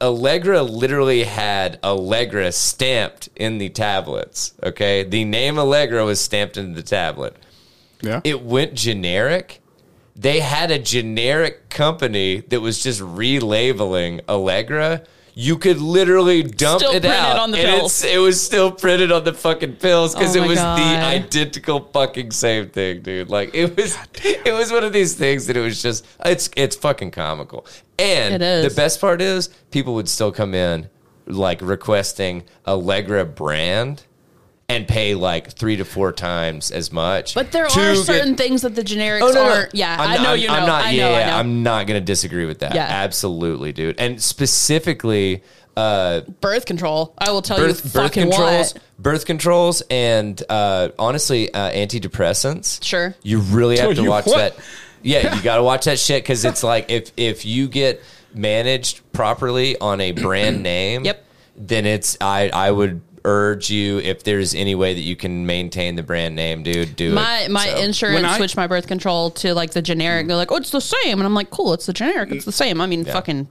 Allegra literally had Allegra stamped in the tablets. Okay, the name Allegra was stamped into the tablet.
Yeah.
It went generic. They had a generic company that was just relabeling Allegra. You could literally dump
Still
it
printed
out.
on the
and
pills.
it's- It was still printed on the fucking pills because
Oh
it
my
was the
God.
identical fucking same thing, dude. Like it was, it was one of these things that it was just it's it's fucking comical. And
It is.
the best part is people would still come in like requesting Allegra brand and pay like three to four times as much.
But there
to
are
get-
certain things that the generics
Oh, no, no.
aren't. Yeah,
I'm
i know
I'm-
you know.
I'm not,
I
yeah,
know.
yeah,
I know.
I'm not going to disagree with that.
Yeah.
Absolutely, dude. And specifically, uh,
birth control. I will tell Oh, you
birth, birth
fucking
controls,
what.
birth controls, and uh, honestly, uh, antidepressants.
Sure.
you really have
Oh,
to
you-
watch
what?
that. Yeah, you got to watch that shit because it's like if if you get managed properly on a brand name,
Yep.
then it's I I would urge you if there's any way that you can maintain the brand name, dude, do
My
it.
my
So-
insurance
When I-
switched my birth control to like the generic. They're like, oh, it's the same, and I'm like, cool, it's the generic, it's the same. I mean, fucking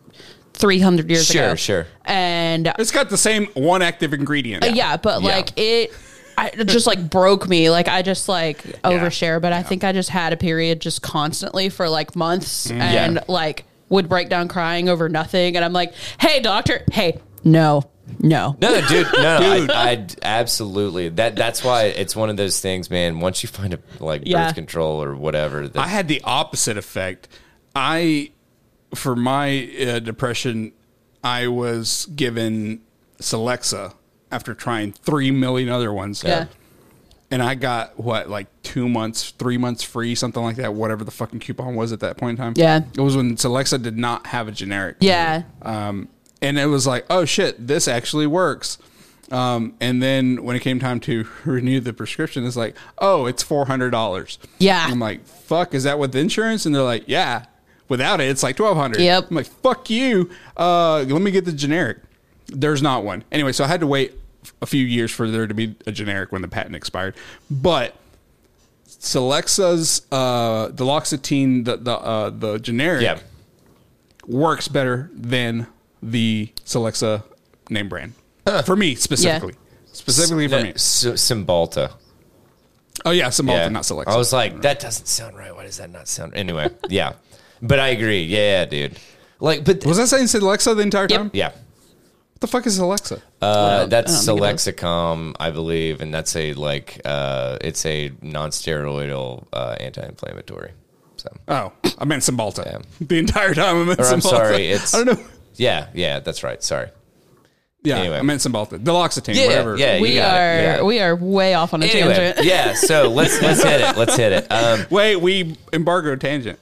three hundred years
Sure,
ago.
sure.
And
it's got the same one active ingredient.
Uh, yeah, but
Yeah.
like it. I, it just like broke me. Like I just like overshare, but I think I just had a period just constantly for like months
Mm.
and like would break down crying over nothing. And I'm like, hey, doctor, hey, no, no.
No, no, dude, no, no, I, I absolutely that. That's why it's one of those things, man. Once you find a like
Yeah.
birth control or whatever, that,
I had the opposite effect. I, for my uh, depression, I was given Celexa after trying three million other ones.
Yeah.
And I got what, like two months, three months free, something like that, whatever the fucking coupon was at that point in time.
Yeah.
It was when Celexa did not have a generic.
Yeah.
Um, and it was like, oh shit, this actually works. Um, and then when it came time to renew the prescription, it's like, oh, it's four hundred dollars.
Yeah.
I'm like, fuck, is that with insurance? And they're like, yeah. Without it, it's like twelve hundred.
Yep.
I'm like, fuck you. Uh, let me get the generic. There's not one. Anyway, so I had to wait a few years for there to be a generic when the patent expired. But Celexa's uh, duloxetine, the the uh, the generic
Yeah.
works better than the Celexa name brand for me specifically. Specifically for
No,
me.
S- Cymbalta.
Oh yeah, Cymbalta,
Yeah.
not Celexa.
I was like, that doesn't sound right. Why does that not sound? Anyway, yeah. But I agree. Yeah, dude. Like, but
was I saying Celexa the entire
Yep.
time?
yeah.
What the fuck is Celexa?
Uh,
Well,
that's
I don't think it
Selexicom, I believe, and that's a like uh, it's a non-steroidal uh, anti-inflammatory. So
oh, I meant Cymbalta. The entire time I meant
Uh, Or,
Cymbalta.
I'm sorry, it's-
I don't know.
yeah, yeah, that's right. Sorry.
Yeah,
Anyway.
I meant Cymbalta. Deloxetine,
Yeah,
whatever.
yeah, you
we
got
are
it. Yeah.
we are way off on a
Anyway,
tangent.
yeah. So let's let's hit it. Let's hit it. Um,
Wait, we embargo tangent.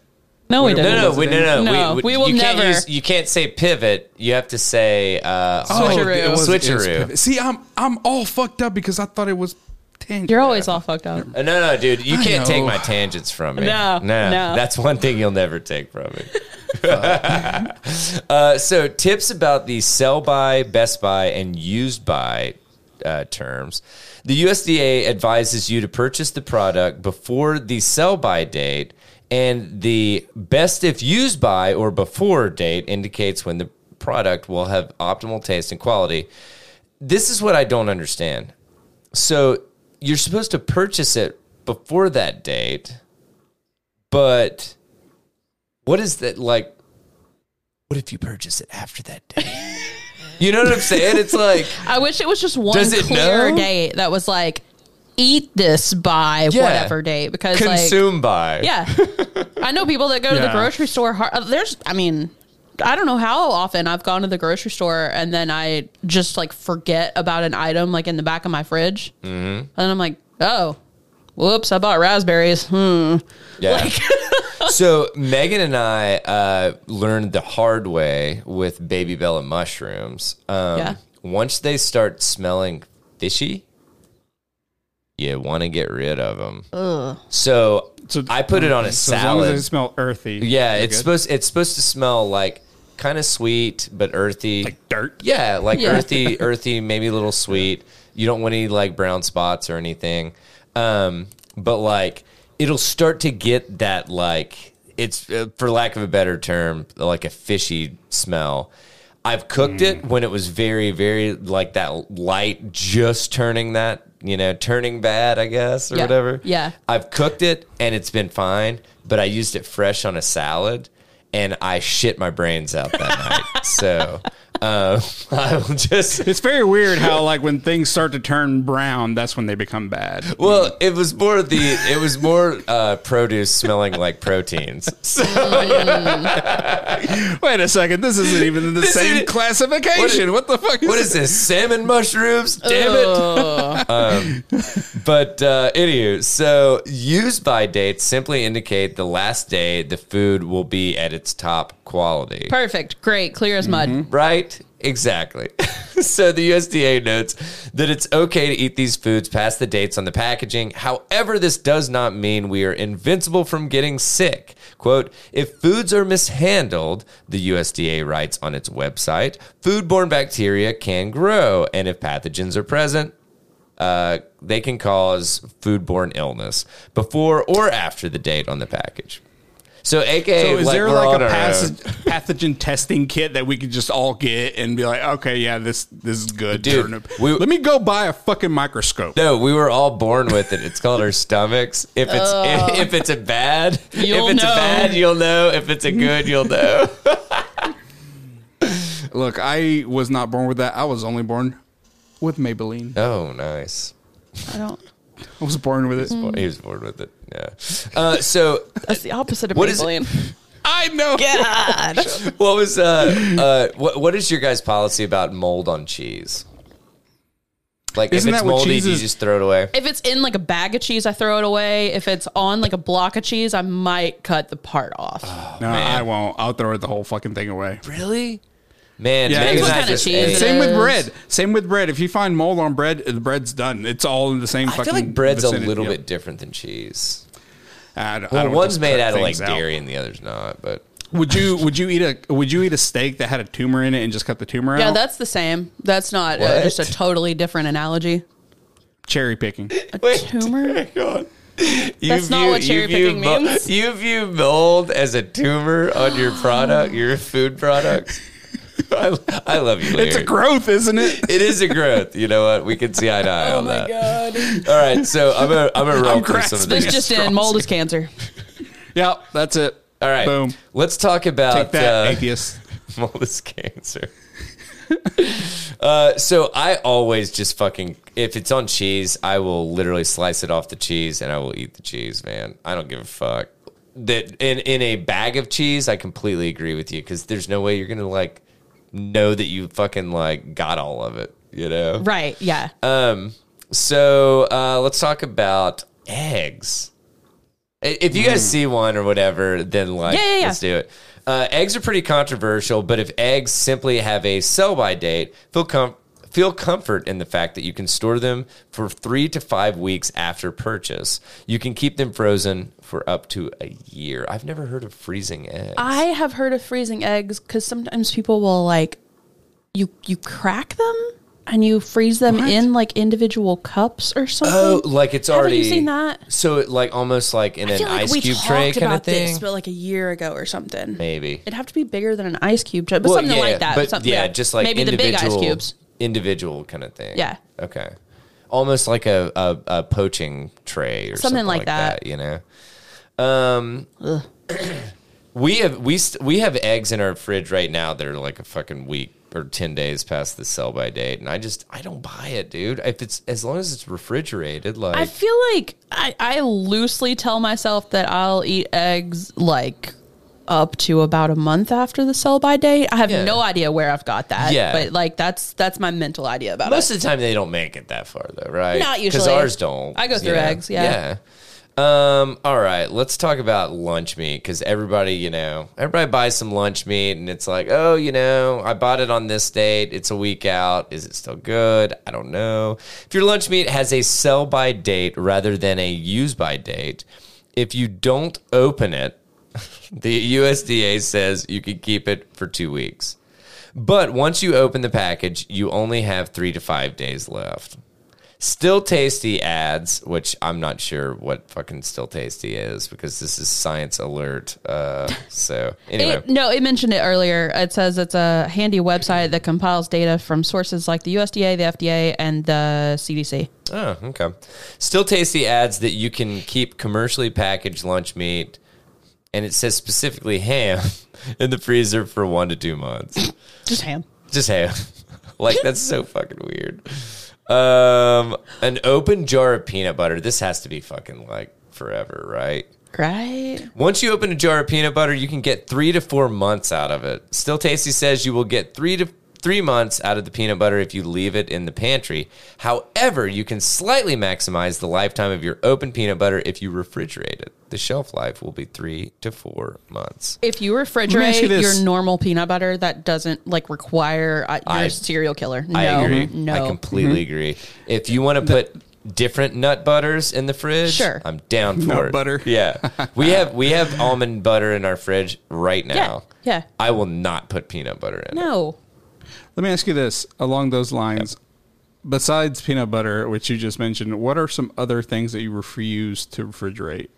No, we
No,
didn't.
no, no, we, no, no,
No, we will
you can't
never.
Use, you can't say pivot. You have to say uh,
Switcheroo.
Oh, it was- it was
Switcheroo.
pivot. See, I'm I'm all fucked up because I thought it was tangent.
You're always all fucked up.
Uh, No, no, dude, you
I
can't take
know.
my tangents from me.
No, no.
that's one thing you'll never take from me. uh, so, tips about the sell by, best by, and used by uh, terms. The USDA advises you to purchase the product before the sell by date, and the best if used by or before date indicates when the product will have optimal taste and quality. This is what I don't understand. So you're supposed to purchase it before that date, but what is that like? What if you purchase it after that date? you know what I'm saying? It's like
I wish it was just one
Does it
clear
know?
date that was like eat this by
Yeah.
whatever date because like
consume by.
yeah. I know people that go to the
Yeah.
grocery store har- uh, there's I mean I don't know how often I've gone to the grocery store and then I just like forget about an item like in the back of my fridge. Mm-hmm. And I'm like, "Oh, whoops, I bought raspberries." Hmm.
Yeah. so Megan and I uh, learned the hard way with baby bella mushrooms. Um,
Yeah.
Once they start smelling fishy, you want to get rid of them. So, I put it on a
so As long
salad.
as it smell earthy.
yeah,
you're
it's
good.
supposed it's supposed to smell like kind of sweet but earthy.
like dirt.
Yeah, like
Yeah.
earthy, earthy, maybe a little sweet. You don't want any like brown spots or anything. Um, but like it'll start to get that like it's uh, for lack of a better term, like a fishy smell. I've cooked it when it was very, very like that light, just turning that you know turning bad, I guess or
Yeah.
whatever.
Yeah.
I've cooked it and it's been fine, but I used it fresh on a salad and I shit my brains out that night. So uh, I will just.
It's very weird how like when things start to turn brown, that's when they become bad.
Well, it was more the it was more uh, produce smelling like proteins. So
Wait a second, this isn't even the
This
same
isn't-
classification. What, the fuck is
what is this? Salmon mushrooms? Damn it! Um,
Ugh.
But uh, anywho, so used by dates simply indicate the last day the food will be at its top quality.
Perfect. Great. Clear as mud.
Right? Exactly. so the USDA notes that it's okay to eat these foods past the dates on the packaging. However, this does not mean we are invincible from getting sick. Quote, if foods are mishandled, the USDA writes on its website, foodborne bacteria can grow, and if pathogens are present, uh, they can cause foodborne illness before or after the date on the package. So, AKA,
So is
like,
there
we're
like
on
a
our own.
passage, pathogen testing kit that we could just all get and be like, okay, yeah, this this is good.
Dude,
Turnip.
we-
Let me go buy a fucking microscope.
No, we were all born with it. It's called our stomachs. If it's if, if it's a bad,
You'll
if it's
know.
a bad, you'll know. If it's a good, you'll know.
Look, I was not born with that. I was only born with Maybelline.
oh, nice.
I don't.
I was born with it.
He was born with it. Yeah. Uh, so
That's the opposite of
What is it?
Maybelline.
I know.
God.
what was uh, uh what what is your guys' policy about mold on cheese? Like
Isn't
if it's
that what
moldy,
cheese
do you
is-
just throw it away?
If it's in like a bag of cheese, I throw it away. If it's on like a block of cheese, I might cut the part off.
Uh,
no, I won't. I'll throw the whole fucking thing away.
Really? Man,
Yeah, Depends
Megan and
what
I
kind
of
just
cheese
ate-
It
Same with
is.
bread. Same with bread. If you find mold on bread, the bread's done. It's all in the same.
I
fucking
feel like bread's a
vicinity.
little
Yep.
bit different than cheese.
I don't- I
Well,
don't
one's
just
made
cut
out of like
things
dairy and the other's not, but
Would you would you eat a would you eat a steak that had a tumor in it and just cut the tumor out?
Yeah, that's the same. That's not uh,
What?
just a totally different analogy.
cherry picking.
tumor?
Hang on. You
That's not what cherry picking
mo-
means.
You view mold as a tumor on your product, your food products. I, I love you, Larry.
It's a growth, isn't it?
It is a growth. You know what? We can see eye to eye on that.
Oh god.
All right, so I'm gonna I'm gonna roll
I'm
through some of
grasping
these.
This just in mold is cancer.
yep, that's it.
All right,
boom.
Let's talk about
Take that,
uh,
atheist.
moldus cancer. uh, so I always just fucking if it's on cheese, I will literally slice it off the cheese and I will eat the cheese, man. I don't give a fuck. That in in a bag of cheese, I completely agree with you because there's no way you're gonna like know that you fucking like got all of it, you know?
Right, yeah.
Um, so uh, let's talk about eggs. I- If you guys see one or whatever, then like
Hmm. Yeah, yeah, yeah.
let's do it. Uh, eggs are pretty controversial, but if eggs simply have a sell by date, feel com- feel comfort in the fact that you can store them for three to five weeks after purchase. You can keep them frozen for up to a year. I've never heard of freezing eggs.
I have heard of freezing eggs because sometimes people will like you you crack them and you freeze them in like individual cups or something.
oh, like it's
Haven't
already
you seen that?
So it like almost like in an ice cube tray kind of thing.
but like a year ago or something.
Maybe
It'd have to be bigger than an ice cube, tray, but
Well,
something
yeah,
like that.
But
something
yeah, just like
maybe the big ice
individual-
cubes.
individual kind of thing.
Yeah.
Okay. Almost like a, a, a poaching tray or something, like, that. You know. Um, we have we st- we have eggs in our fridge right now that are like a fucking week or ten days past the sell by date, and I just I don't buy it, dude. If it's as long as it's refrigerated, like
I feel like I, I loosely tell myself that I'll eat eggs like up to about a month after the sell by date. I have
Yeah.
no idea where I've got that.
Yeah.
But like that's that's my mental idea about
Most of the time, they don't make it that far, though, right?
Not
Because
usually.
ours don't.
I go
you
through eggs, yeah.
Yeah. Um, all right, let's talk about lunch meat because everybody, you know, everybody buys some lunch meat and it's like, oh, you know, I bought it on this date. It's a week out. Is it still good? I don't know. If your lunch meat has a sell by date rather than a use by date, if you don't open it, the USDA says you can keep it for two weeks. But once you open the package, you only have three to five days left. Still Tasty ads, which I'm not sure what fucking Still Tasty is because this is science alert. Uh, so
it.
anyway,
It- no, it mentioned it earlier. It says it's a handy website that compiles data from sources like the USDA, the FDA, and the CDC.
oh okay. Still Tasty ads that you can keep commercially packaged lunch meat, and it says specifically ham in the freezer for one to two months.
Just ham.
Just ham. like that's so fucking weird. Um, an open jar of peanut butter. This has to be fucking like forever, right?
Right?
Once you open a jar of peanut butter, you can get three to four months out of it. Still Tasty says you will get three to three months out of the peanut butter if you leave it in the pantry. However, you can slightly maximize the lifetime of your open peanut butter if you refrigerate it. The shelf life will be three to four months.
If you
me ask
refrigerate
you this.
your normal peanut butter, that doesn't like require uh, you're
I-
a serial killer. No,
I agree.
no. Mm-hmm.
I completely agree. If you want to put different nut butters in the fridge,
Sure.
I'm down for
Nut
it.
butter.
Yeah. We have we have almond butter in our fridge right now.
yeah.
I will not put peanut butter in. it.
no.
Let me ask you this along those lines. Besides peanut butter, which you just mentioned, what are some other things that you refuse to refrigerate?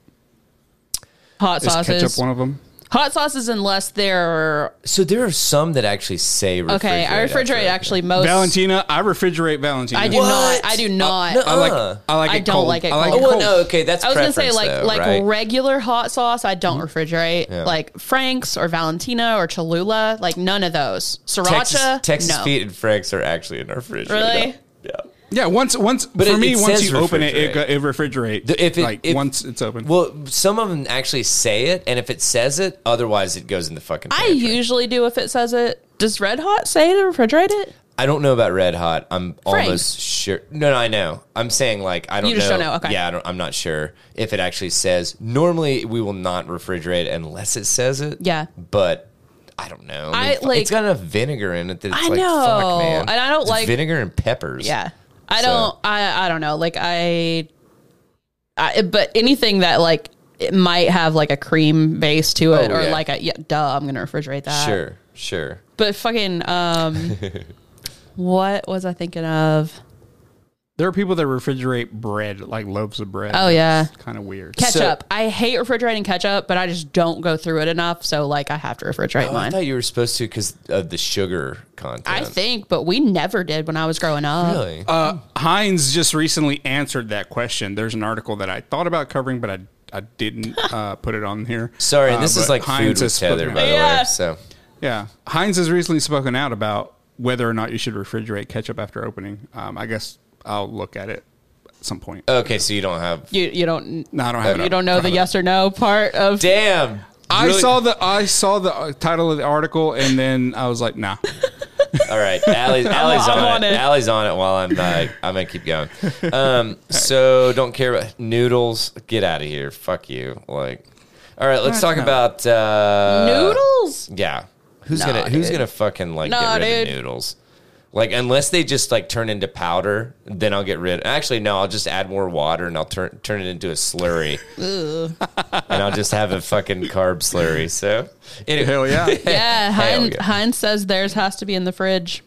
Hot
Is
sauces.
ketchup one of them?
Hot sauces, unless they're
So there are some that actually say refrigerate.
okay. I
after
refrigerate
it.
actually most.
Valentina, I refrigerate Valentina.
I do
What?
not. I do
Uh,
not.
no,
I like.
Uh.
I like. It
I don't
cold.
like it
I like
Oh,
it
cold.
well,
cold.
no, okay, that's
I was gonna say
preference,
like
though,
like
right?
regular hot sauce. I don't refrigerate
Yeah.
like Frank's or Valentina or Cholula. Like none of those. Sriracha.
Texas, Texas
no.
feet and Franks are actually in our fridge. right
Really?
now. Yeah.
Yeah, once once for
it-
me,
it
once
says
you open it, it,
refrigerate.
go- it refrigerates.
The- if it-
like
if-
once it's open,
Well, some of them actually say it, and if it says it, otherwise it goes in the fucking.
I
pantry.
usually do if it says it. Does Red Hot say to refrigerate it?
I don't know about Red Hot. I'm
Frank.
almost sure. No, no, I know. I'm saying like I don't.
You just
know.
don't know, okay.
Yeah, I don't, I'm not sure if it actually says. Normally, we will not refrigerate unless it says it.
Yeah.
but I don't know. I,
I,
mean, fu-
like-
it's got enough vinegar in it that it's
I
like
know,
fuck, man.
and I don't
It's
like-
vinegar and peppers.
Yeah. I
So-
don't I I don't know. Like I I but anything that like it might have like a cream base to it
Oh,
or
yeah.
like a yeah, duh, I'm going to refrigerate that.
sure, sure.
But fucking um what was I thinking of?
There are people that refrigerate bread, like loaves of bread.
Oh, yeah.
kind of weird.
So-
Ketchup. I hate refrigerating ketchup, but I just don't go through it enough, so like I have to refrigerate
Oh, I
mine.
thought you were supposed to because of the sugar content.
I think, but we never did when I was growing up.
really.
Uh, Heinz just recently answered that question. There's an article that I thought about covering, but I I didn't uh, put it on here.
Sorry,
Uh,
this is
but
like food with
has spoken
tether,
out-
by the
Yeah.
way. So
Yeah, Heinz has recently spoken out about whether or not you should refrigerate ketchup after opening. Um, I guess I'll look at it at some point.
okay, so you don't have.
You you don't
no, I don't have it.
you
up.
don't know the yes or no part of
Damn.
I
Really-
saw the I saw the uh, title of the article, and then I was like, nah.
All right, Allie's, Allie's
I'm
on,
on
it.
it.
Allie's on it while I'm uh, I'm gonna keep going. Um, so don't care about noodles. Get out of here. Fuck you. Like, all right, let's talk
No.
about uh,
noodles?
Yeah, who's
Nah,
gonna who's
dude.
gonna fucking like
Nah,
get rid
dude.
of noodles? Like, unless they just like turn into powder, then I'll get rid. Actually, no, I'll just add more water and I'll turn turn it into a slurry, and I'll just have a fucking carb slurry. So anyway,
Hell yeah!
Yeah,
Hell
Uh, Heinz,
yeah.
Heinz says theirs has to be in the fridge.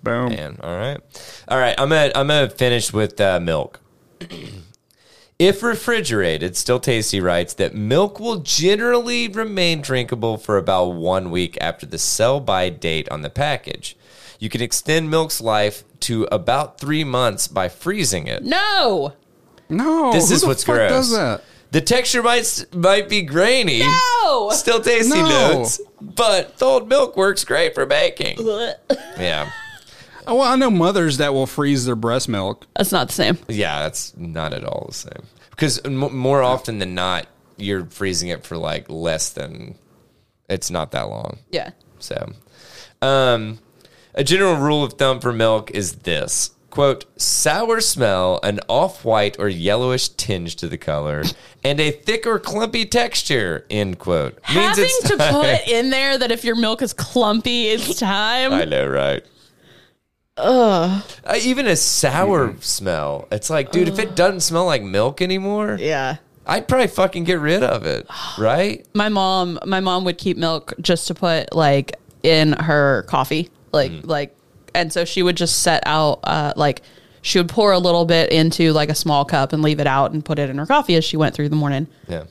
Boom.
Man, all right, all right. I'm gonna I'm gonna finish with uh, milk. if refrigerated, still tasty writes that milk will generally remain drinkable for about one week after the sell by date on the package. You can extend milk's life to about three months by freezing it.
No,
No,
This
who
is
the
what's
fuck
gross.
Does that?
The texture might s- might be grainy.
no.
Still tasty
No.
notes, but thawed milk works great for baking. Yeah.
Oh, well, I know mothers that will freeze their breast milk.
That's not the same.
Yeah, that's not at all the same. Because m- more often than not, you're freezing it for like less than it's not that long.
Yeah.
So, um, a general rule of thumb for milk is this quote, sour smell, an off white or yellowish tinge to the color, and a thick or clumpy texture, end quote. Means
Having
it's
to
time-
put in there that if your milk is clumpy, it's time.
I know, right? Ugh. even a sour
Mm-hmm.
smell. It's like, dude, if it doesn't smell like milk anymore,
yeah.
I'd probably fucking get rid of it, right?
My mom, my mom would keep milk just to put like in her coffee, like
Mm.
like, and so she would just set out uh, like she would pour a little bit into like a small cup and leave it out and put it in her coffee as she went through the morning.
Yeah.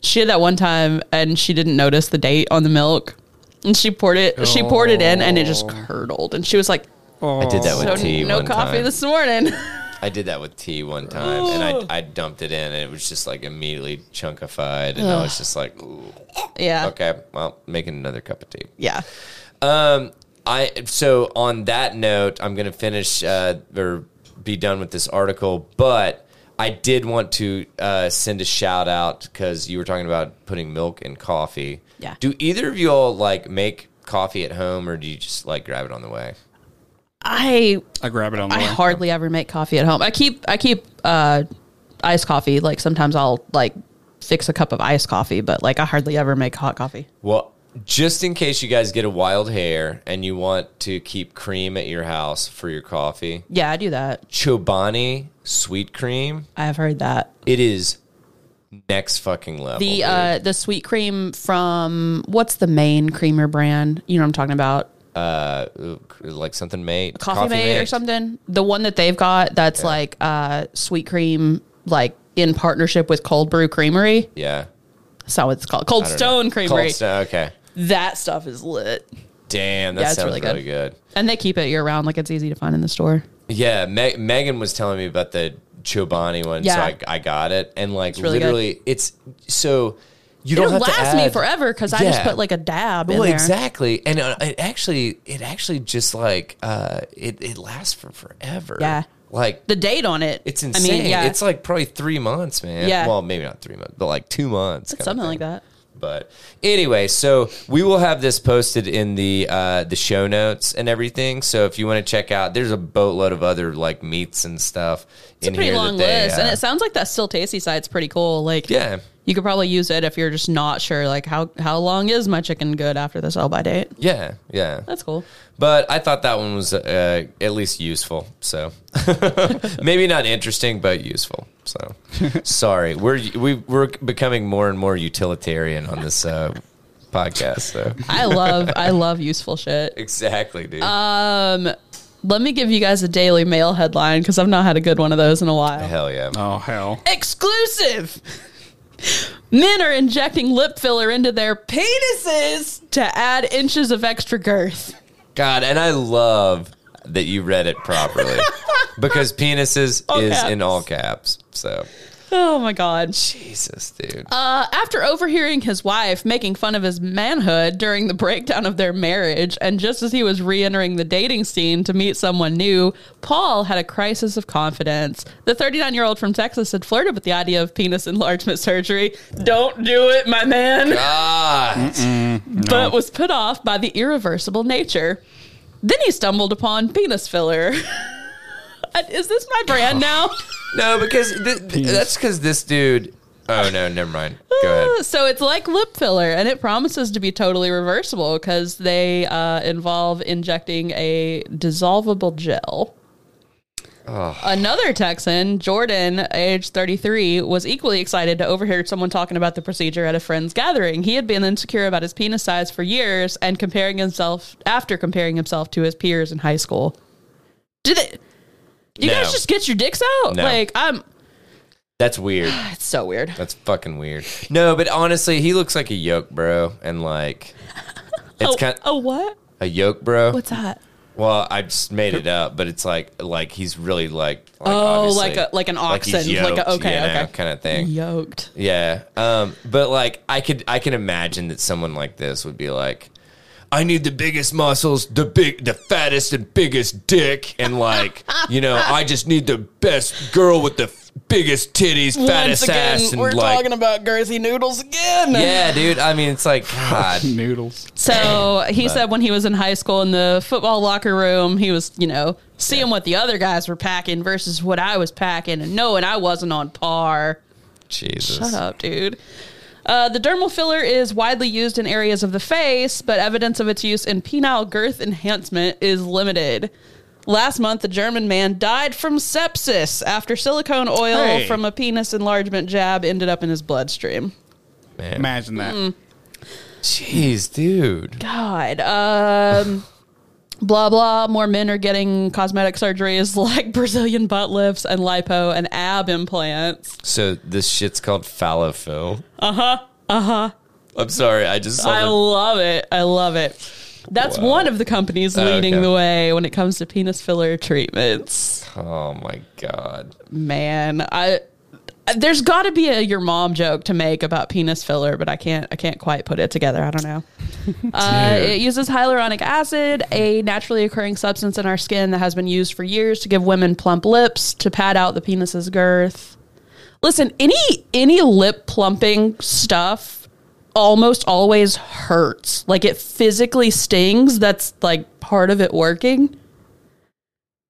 she did that one time and she didn't notice the date on the milk and she poured it she poured it in and it just curdled and she was like
Oh,
I did that Oh. with
so
tea.
no
one
coffee
time.
this morning
I did that with tea one time, and I, I dumped it in, and it was just like immediately chunkified, and I was just like, Ooh,
yeah
okay, well, making another cup of tea.
yeah
Um, I so on that note, I'm gonna finish uh, or be done with this article, but I did want to uh, send a shout out because you were talking about putting milk in coffee.
Yeah.
Do either of you all like make coffee at home, or do you just like grab it on the way?
i
I grab it on the
i
way.
hardly ever make coffee at home i keep i keep uh iced coffee like sometimes i'll like fix a cup of iced coffee but like i hardly ever make hot coffee
Well, just in case you guys get a wild hair and you want to keep cream at your house for your coffee,
yeah i do that
Chobani sweet cream,
i have heard that
it is next fucking level.
the
dude.
uh the sweet cream from what's the main creamer brand you know what i'm talking about
like something mate,
coffee, mate, or
Mate.
something. The one that they've got that's like uh, sweet cream, like in partnership with Cold Brew Creamery.
Yeah.
That's not what it's called. Cold
I don't
Stone
know.
Creamery.
Cold Stone, okay.
That stuff is lit.
Damn, that
Yeah, it's
sounds
really
really
good.
good.
And they keep it year round. Like it's easy to find in the store.
Yeah, Me- Megan was telling me about the Chobani one, so
Yeah.
I, I got it, and like
really good.
literally, it's so you
It'll
don't have
last
to add,
me forever because I just
Yeah.
put like a dab in
well,
there.
exactly, and uh, it actually, it actually just like uh, it, it lasts for forever.
Yeah.
like
The date on it.
it's insane.
I mean, yeah.
It's like probably three months, man.
Yeah.
well, maybe not three months, but like two months,
It's
kinda
something
thing.
like that.
But anyway, so we will have this posted in the uh, the show notes and everything. So if you want to check out, there's a boatload of other like meats and stuff
It's a pretty long list, and it sounds like that still tasty side's pretty cool. Like,
uh, Yeah.
you could probably use it if you're just not sure. Like, how how long is my chicken good after the sell by date?
yeah, yeah.
That's cool.
But I thought that one was uh, at least useful. So maybe not interesting, but useful. So sorry, we're we, we're becoming more and more utilitarian on this uh, podcast. So
I love I love useful shit.
exactly, dude.
Uh, Let me give you guys a Daily Mail headline because I've not had a good one of those in a while.
Hell yeah.
Oh hell!
Exclusive. Men are injecting lip filler into their penises to add inches of extra girth.
God, and I love that you read it properly because penises
All
is
caps.
in all caps. So
Oh my god.
Jesus, dude.
Uh, after overhearing his wife making fun of his manhood during the breakdown of their marriage, and just as he was re entering the dating scene to meet someone new, Paul had a crisis of confidence. The 39 year old from Texas had flirted with the idea of penis enlargement surgery. Don't do it, my man
God.
but was put off by the irreversible nature. Then he stumbled upon penis filler. Is this my brand now?
No, because th- th- that's because this dude. Oh no, never mind. Go ahead.
so it's like lip filler, and it promises to be totally reversible because they uh, involve injecting a dissolvable gel. Another Texan, Jordan, age 33, was equally excited to overhear someone talking about the procedure at a friend's gathering. He had been insecure about his penis size for years and comparing himself after comparing himself to his peers in high school. Did it? You
No.
guys just get your dicks out?
No.
Like I'm.
That's weird.
It's so weird.
That's fucking weird. No, but honestly, he looks like a yoke bro, and like it's
oh,
kind of
oh, what?
a yoke bro.
What's that?
Well, I just made it up, but it's like like he's really like, like
Oh,
obviously-
like a like an
like
oxen,
he's
like,
yoked,
a, okay,
you know,
okay,
kind of thing.
yoked.
Yeah. Um, but like I could I can imagine that someone like this would be like I need the biggest muscles, the big the fattest and biggest dick and like, you know, I just need the best girl with the f- biggest titties, fattest ass and like
about girthy noodles again.
Yeah, dude. I mean, it's like
Oh,
god.
Noodles.
So he said when he was in high school in the football locker room, he was, you know, seeing what the other guys were packing versus what I was packing and knowing I wasn't on par.
Jesus.
Shut up, dude. Uh, the dermal filler is widely used in areas of the face, but evidence of its use in penile girth enhancement is limited. Last month, a German man died from sepsis after silicone oil
Hey.
from a penis enlargement jab ended up in his bloodstream.
Man.
Imagine that.
Mm. Jeez, dude.
God. Um, blah, blah. More men are getting cosmetic surgeries like Brazilian butt lifts and lipo and ab implants.
So this shit's called fallophil. Uh-huh. Uh-huh. I'm sorry. I just saw
I
the-
love it. I love it. That's
Wow.
one of the companies
Oh,
leading
okay.
the way when it comes to penis filler treatments.
Oh my god.
Man, I there's got to be a your mom joke to make about penis filler, but I can't I can't quite put it together. I don't know. Uh, it uses hyaluronic acid, a naturally occurring substance in our skin that has been used for years to give women plump lips, to pad out the penis's girth. Listen, any any lip plumping stuff almost always hurts. Like it physically stings. That's like part of it working.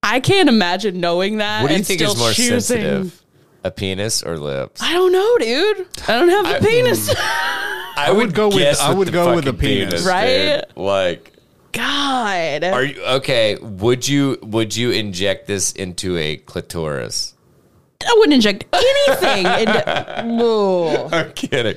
I can't imagine knowing that.
What do you
and
think
still
is more
choosing-
sensitive? A penis or lips?
I don't know, dude. I don't have the penis.
I
would go with- I would go with a penis.
Right?
Like
God.
are you okay, would you would you inject this into a clitoris?
I wouldn't inject anything. into, Whoa.
I'm kidding.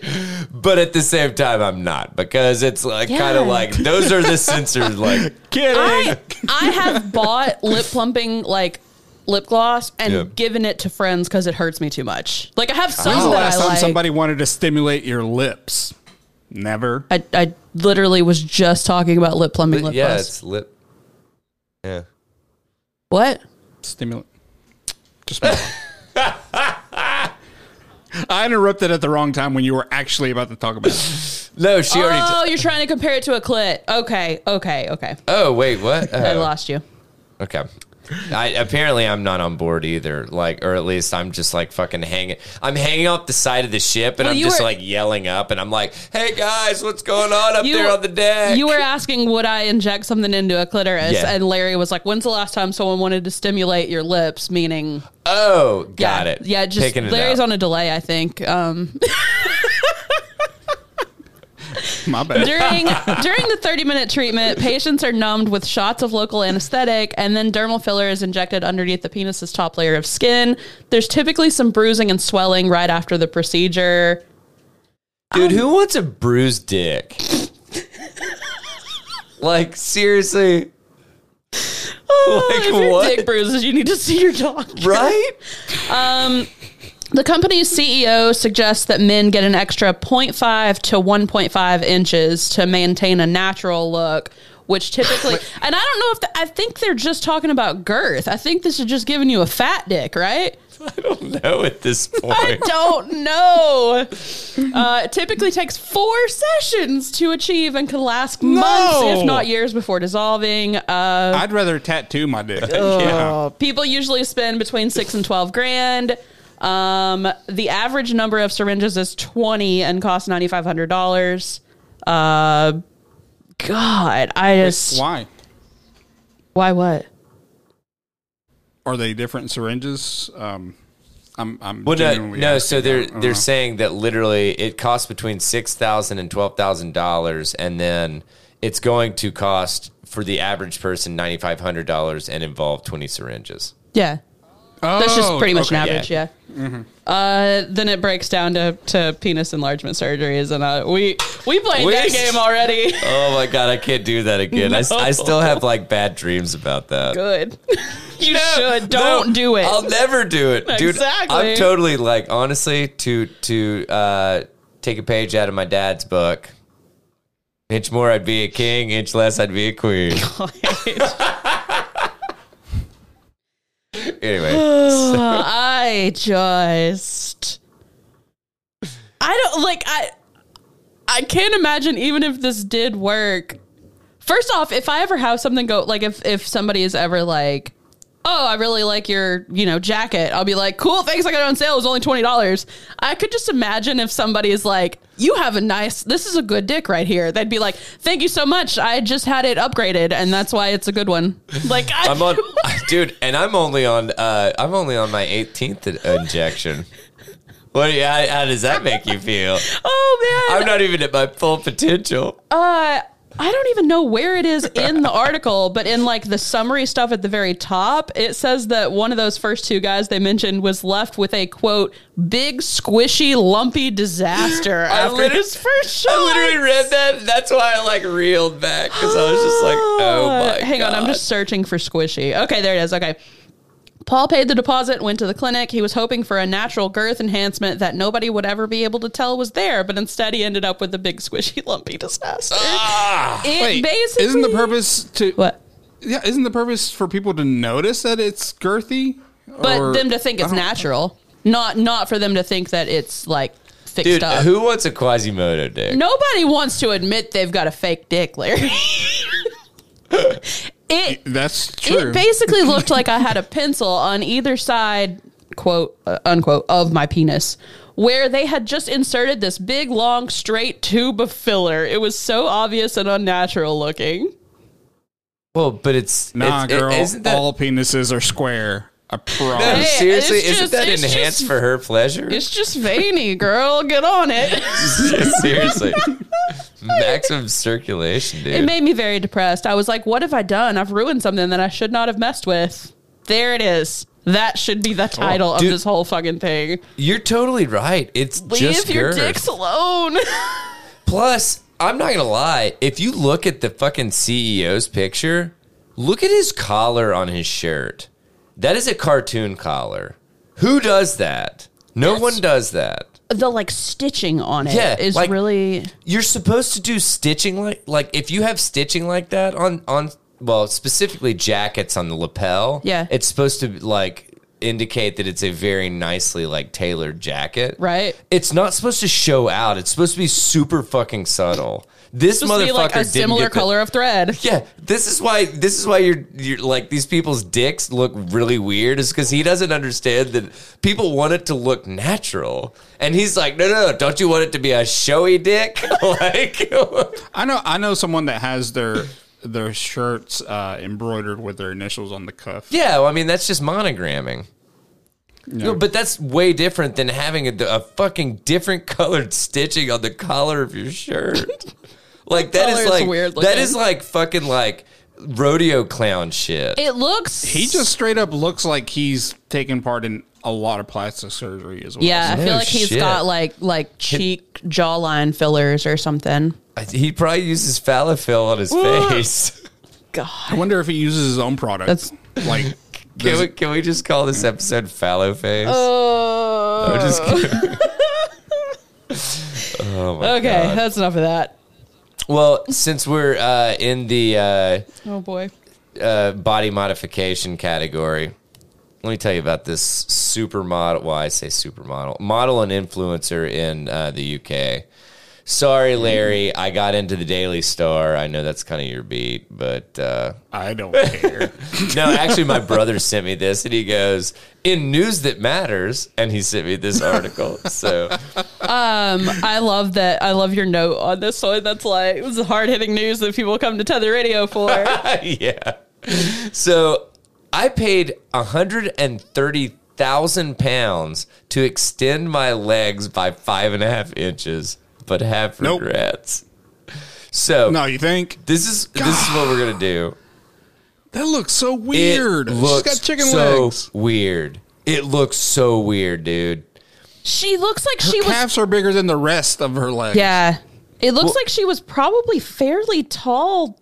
But at the same time I'm not because it's like kind
Yeah.
of like those are the sensors like
I, I have bought lip plumping like lip gloss and
Yeah.
given it to friends because it hurts me too much. Like I have some
Oh,
When's the
that I
last time
like.
somebody wanted to stimulate your lips? Never.
I, I literally was just talking about lip plumping lip
Yeah,
gloss.
it's lip. Yeah.
What?
Stimulate. Just. I interrupted at the wrong time when you were actually about to talk about it.
No, she already
Oh, you're trying to compare it to a clit. Okay, okay, okay.
Oh, wait, what?
I
Oh,
lost you.
Okay. I, apparently, I'm not on board either. Like, or at least I'm just like fucking hanging. I'm hanging off the side of the ship, and
Well,
I'm
you
just
were-
like yelling up, and I'm like, "Hey guys, what's going on up there on the deck?"
You were asking, would I inject something into a clitoris?
Yeah.
And Larry was like, when's the last time someone wanted to stimulate your lips? Meaning,
oh, got
yeah,
it.
Yeah, just
Picking it
Larry's
up.
on a delay, I think. Um,
My bad.
during during the 30 minute treatment, patients are numbed with shots of local anesthetic, and then dermal filler is injected underneath the penis's top layer of skin. There's typically some bruising and swelling right after the procedure.
Dude, who wants a bruised dick? like seriously, Like
if your
what?
dick bruises, you need to see your doctor.
right?
The company's CEO suggests that men get an extra 0.5 to 1.5 inches to maintain a natural look, which typically, and I don't know if the, I think they're just talking about girth. I think this is just giving you a fat dick, right?
I don't know at this
I
point.
don't know. Uh, it typically takes four sessions to achieve and can last months, if not years, before dissolving. Uh,
I'd rather tattoo my dick.
Oh.
people usually spend between six and 12 grand. Um, the average number of syringes is 20 and costs $9,500. Uh, God, I just.
Yeah. Why?
why what?
Are they different syringes? Um, I'm. I'm
Well, no,
genuinely asking.
no.
Uh-huh.
So they're
I don't
they're
know.
saying that literally it costs between six thousand and twelve thousand dollars, and then it's going to cost for the average person ninety five hundred dollars and involve twenty syringes.
Yeah. That's just
Oh,
pretty much
okay.
an average, yeah. Uh, then it breaks down to, to penis enlargement surgeries, and uh, we we played
We-
that game already.
Oh my god, I can't do that again. I, s- I still have like bad dreams about that.
Good, you
No,
should don't
no,
do it.
I'll never do it, dude.
Exactly.
I'm totally like honestly to to uh, take a page out of my dad's book. Inch more, I'd be a king. Inch less, I'd be a queen. anyway,
I just I don't like I I can't imagine even if this did work. First off, if I ever have something go like if if somebody is ever like, "Oh, I really like your, you know, jacket." I'll be like, "Cool, thanks. I got it on sale. It was only $20." I could just imagine if somebody is like, "You have a nice. This is a good dick right here." They'd be like, "Thank you so much. I just had it upgraded and that's why it's a good one." Like I,
I'm on, dude, and I'm only on. Uh, I'm only on my 18th in- injection. What? Do you, how, how does that make you feel?
Oh man.
I'm not even at my full potential.
Uh, I don't even know where it is in the article, but in like the summary stuff at the very top, it says that one of those first two guys they mentioned was left with a quote big squishy lumpy disaster after
literally-
his first shot.
I literally read that. and That's why I like reeled back because I was just like, oh
Uh,
my.
Hang on, I'm
God.
just searching for squishy. Okay, there it is. Okay. Paul paid the deposit, went to the clinic. He was hoping for a natural girth enhancement that nobody would ever be able to tell was there, but instead he ended up with a big squishy lumpy disaster.
Ah!
It
Wait, isn't the
basically-
purpose to
what?
Yeah, isn't the purpose for people to notice that it's girthy?
but
Or-
them to think it's
I don't-
natural, not not for them to think that it's like fixed
Dude,
up.
who wants a Quasimodo dick?
Nobody wants to admit they've got a fake dick, Larry. it
That's true.
it basically looked like I had a pencil on either side, quote uh, unquote, of my penis, where they had just inserted this big, long, straight tube of filler. It was so obvious and unnatural looking.
Well, but it's
nah,
it's, it-
girl.
isn't that,
all penises are square. I promise.
No,
Hey,
seriously,
it's
isn't
just-
that
it's
enhanced
just-
for her pleasure?
It's just veiny, girl. Get on it.
seriously, maximum circulation, dude.
It made me very depressed. I was like, what have I done? I've ruined something that I should not have messed with. There it is. That should be the title of
Oh, dude.
this whole fucking thing.
You're totally right. It's
Leave
just
your
girth.
dicks alone.
Plus, I'm not gonna lie. If you look at the fucking CEO's picture, look at his collar on his shirt. That is a cartoon collar. Who does that? No one does that.
the like stitching on it is
Yeah, like-
really
You're supposed to do stitching like like if you have stitching like that on on well specifically jackets on the lapel.
Yeah.
it's supposed to like indicate that it's a very nicely like tailored jacket.
Right.
It's not supposed to show out. It's supposed to be super fucking subtle. This
Just
motherfucker
be like a
didn't
similar
get the-
color of thread.
yeah, this is why this is why you're you're like these people's dicks look really weird is because he doesn't understand that people want it to look natural, and he's like, no, no, no, don't you want it to be a showy dick? like,
I know I know someone that has their their shirts uh, embroidered with their initials on the cuff.
yeah, well, I mean that's just monogramming. No, but that's way different than having a, a fucking different colored stitching on the collar of your shirt. like that
Collar
is
is
like
weird
that
looking.
is like fucking like rodeo clown shit.
It looks.
He just straight up looks like he's taken part in a lot of plastic surgery as well.
Yeah, I
Oh,
feel like he's
shit.
got like like cheek jawline fillers or something.
I- He probably uses falafel on his face.
I
God,
wonder if he uses his own product.
That's-
like
Can
does-
we, can we just call this episode Fallow Face?
oh,
I'm just kidding. oh my
okay,
God.
that's enough of that.
Well, since we're uh, in the
Oh boy,
uh, uh, body modification category, let me tell you about this supermodel. Why I say supermodel, model and influencer in uh, the UK. Sorry, Larry, I got into the Daily Star. I know that's kind of your beat, but uh,
I don't care.
No, actually, my brother sent me this, and he goes, "In news that matters," and he sent me this article. So
I love that. I love your note on this one. That's like it was the hard hitting news that people come to tether radio for.
yeah, so I paid hundred and thirty thousand pounds to extend my legs by five and a half inches, but have
Nope.
regrets. So
no, you think
this is this is what we're gonna do.
that looks so weird?
It looks
She's got chicken
so
legs.
weird. It looks so weird, dude.
she looks like she
Her
was.
calves are bigger than the rest of her legs.
Yeah, it looks like she was probably fairly tall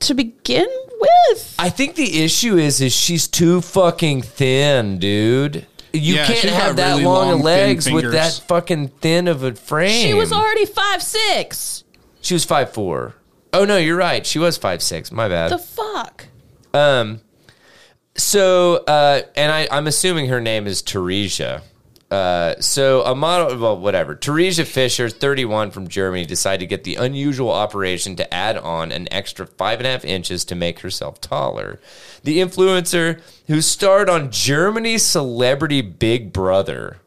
to begin with.
I think the issue is is she's too fucking thin, dude. You
Yeah,
can't
she's got
have that
really
long,
long,
of legs
thin
with that
fingers.
fucking thin of a frame.
She was already five six.
she was five four. Oh no, you're right. She was five six. My bad.
The fuck.
so, uh, and I, I'm assuming her name is Teresia. Uh, so a model, well, whatever. Teresia Fisher, 31, from Germany, decided to get the unusual operation to add on an extra five and a half inches to make herself taller. The influencer who starred on Germany's Celebrity Big Brother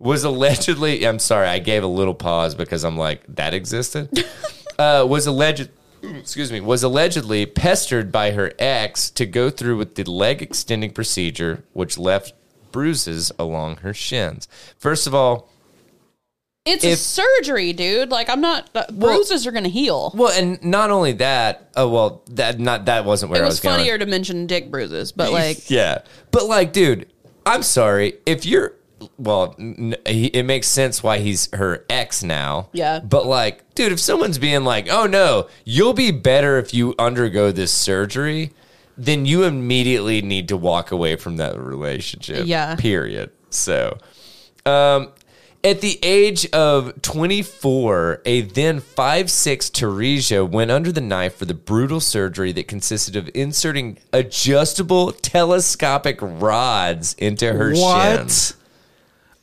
was allegedly. I'm sorry, I gave a little pause because I'm like that existed. uh, was alleged. Excuse me. Was allegedly pestered by her ex to go through with the leg extending procedure, which left bruises along her shins. First of all,
It's
If-
a surgery, dude. Like I'm not uh, bruises are gonna heal.
well, and not only that. Oh well, that not that wasn't where
It
I
was,
was going.
funnier to mention dick bruises, but like
yeah but like dude i'm sorry if you're well n- n- he- it makes sense why he's her ex now
Yeah.
but like dude if someone's being like oh no you'll be better if you undergo this surgery then you immediately need to walk away from that relationship
Yeah.
period so um at the age of 24, a then 5'6 Teresia went under the knife for the brutal surgery that consisted of inserting adjustable telescopic rods into her shins.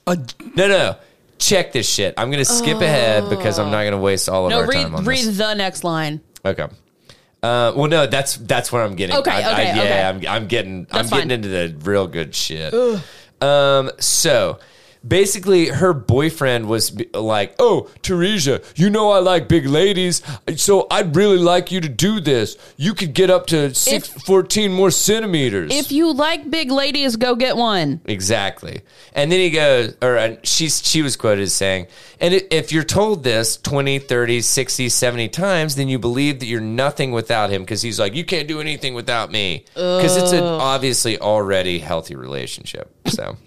What? A,
No, no. Check this shit. I'm going to skip ahead because I'm not going to waste all of
no,
our
read
time on
read
this.
the next line.
Okay. Uh, well, no, that's that's where I'm getting.
Okay,
I, I,
okay,
yeah,
okay.
I'm, I'm getting. I'm
That's
getting
fine.
into the real good shit. Um, so basically, her boyfriend was b- like, "Oh, Teresia, you know I like big ladies, so I'd really like you to do this. You could get up to six,
If-
14 more centimeters."
If you like big ladies, go get one.
Exactly. And then he goes, or uh, she's, she was quoted as saying, and i- if you're told this 20, 30, 60, 70 times, then you believe that you're nothing without him because he's like, you can't do anything without me. Because it's an obviously already healthy relationship. So.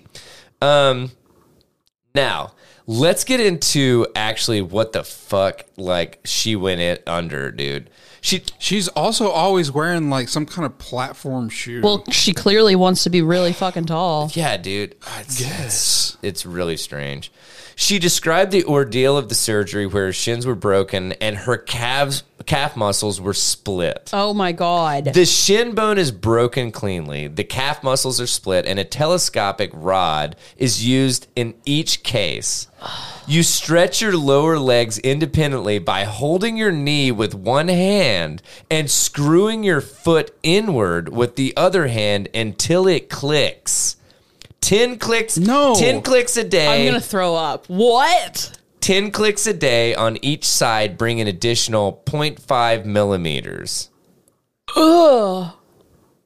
Um, Now, let's get into actually what the fuck like she went it under, dude. She
she's also always wearing like some kind of platform shoe.
Well, she clearly wants to be really fucking tall.
Yeah, dude. Uh, It's,
guess.
It's, it's really strange. She described the ordeal of the surgery where her shins were broken and her calves calf muscles were split.
Oh my god.
The shin bone is broken cleanly. The calf muscles are split and a telescopic rod is used in each case. You stretch your lower legs independently by holding your knee with one hand and screwing your foot inward with the other hand until it clicks. 10 clicks.
No.
10 clicks a day.
I'm gonna throw up. What?
10 clicks a day on each side bring an additional 0.5 millimeters.
Ugh.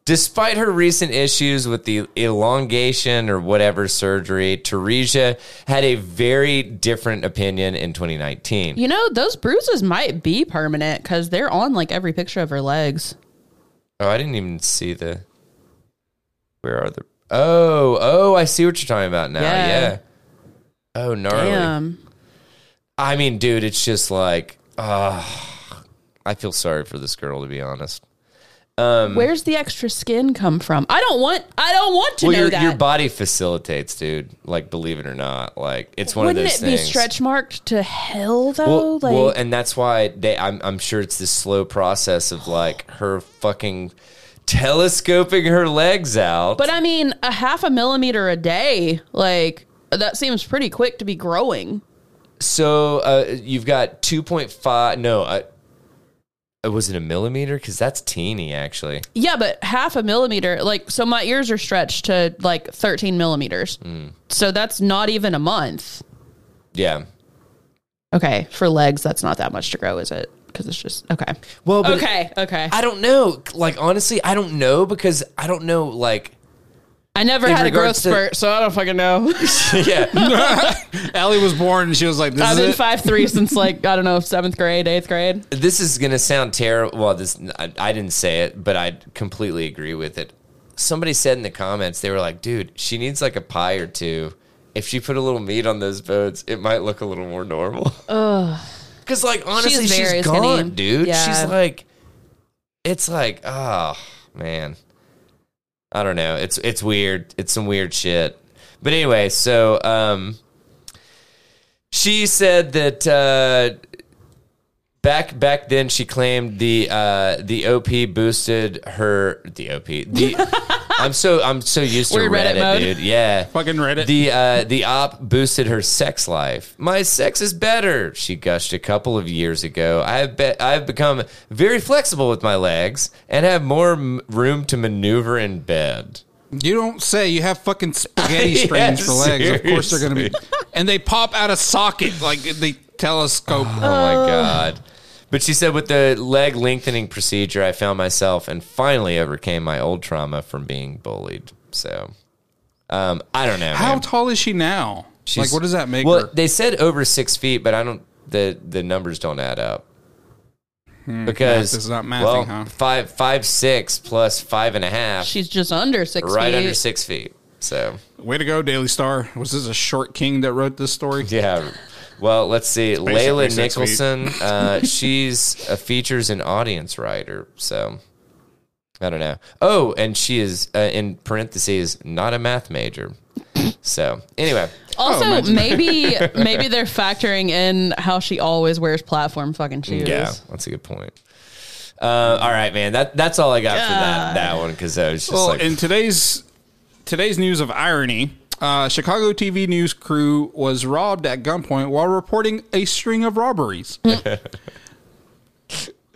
Despite her recent issues with the elongation or whatever surgery, Teresia had a very different opinion in 2019.
You know those bruises might be permanent because they're on like every picture of her legs.
Oh, I didn't even see the. Where are the. Oh, oh, I see what you're talking about now.
Yeah.
Yeah. Oh, gnarly.
Damn.
I mean, dude, it's just like, ah, I feel sorry for this girl, to be honest. Um,
Where's the extra skin come from? I don't want. I don't want to
well,
know
your,
that.
your body facilitates, dude. Like, believe it or not, like it's one
Wouldn't
of those
it be
things.
stretch marked to hell though?
well,
like
well, and that's why they. I'm, I'm sure it's this slow process of like her fucking telescoping her legs out.
But I mean, a half a millimeter a day, like that seems pretty quick to be growing.
so uh, you've got 2.5. No, uh, uh, was it a millimeter? Because that's teeny, actually.
Yeah, but half a millimeter, like so my ears are stretched to like 13 millimeters.
Mm.
So that's not even a month.
Yeah.
Okay, for legs, that's not that much to grow, is it? Because it's just okay.
Well, but
Okay, okay. I,
I don't know. Like honestly, I don't know because I don't know. Like,
never
in
had a growth
regards to-
spurt, so I don't fucking know.
yeah.
Allie was born and she was like, "This
I've been
is it."
five three since like I don't know seventh grade, eighth grade.
this is gonna sound terrible. Well, this I, I didn't say it, but I completely agree with it. Somebody said in the comments they were like, "Dude, she needs like a pie or two. If she put a little meat on those bones, it might look a little more normal." Because like honestly, she's,
very
gone,
skinny.
dude.
Yeah.
She's like, it's like, oh man, I don't know. It's it's weird. It's some weird shit. But anyway, so um, she said that. Uh, Back back then, she claimed the uh, the OP boosted her the OP the. I'm so I'm so used to
Weird Reddit
Reddit,
mode.
dude. Yeah,
Fucking Reddit.
The uh, the op boosted her sex life. My sex is better. She gushed a couple of years ago. I have be- I've become very flexible with my legs and have more m- room to maneuver in bed.
You don't say. You have fucking spaghetti
Yeah,
strings for legs. Of course they're gonna be,
seriously.
and they pop out of socket like they telescope.
Oh my god. But she said, with the leg lengthening procedure, I found myself and finally overcame my old trauma from being bullied. So, um, I don't know.
How
man.
tall is she now?
She's-
like, what does that make
Well,
her?
they said over six feet, but I don't. The the numbers don't add up because
Hmm, math is not mathing,
well,
huh?
five five six plus five and a half,
She's just under six
right
feet.
under six feet. So
Way to go, Daily Star. Was this a short king that wrote this story?
yeah. Well, let's see.
basically
Layla
six feet.
Nicholson, uh, she's a features and audience writer. So I don't know. Oh, and she is uh, in parentheses not a math major. So anyway, Oh,
Also,
imagine.
maybe maybe they're factoring in how she always wears platform fucking shoes.
Yeah, that's a good point. Uh, all right, man. That that's all I got for that that one because I was just
Well,
like,
in today's today's news of irony, uh, Chicago TV news crew was robbed at gunpoint while reporting a string of robberies.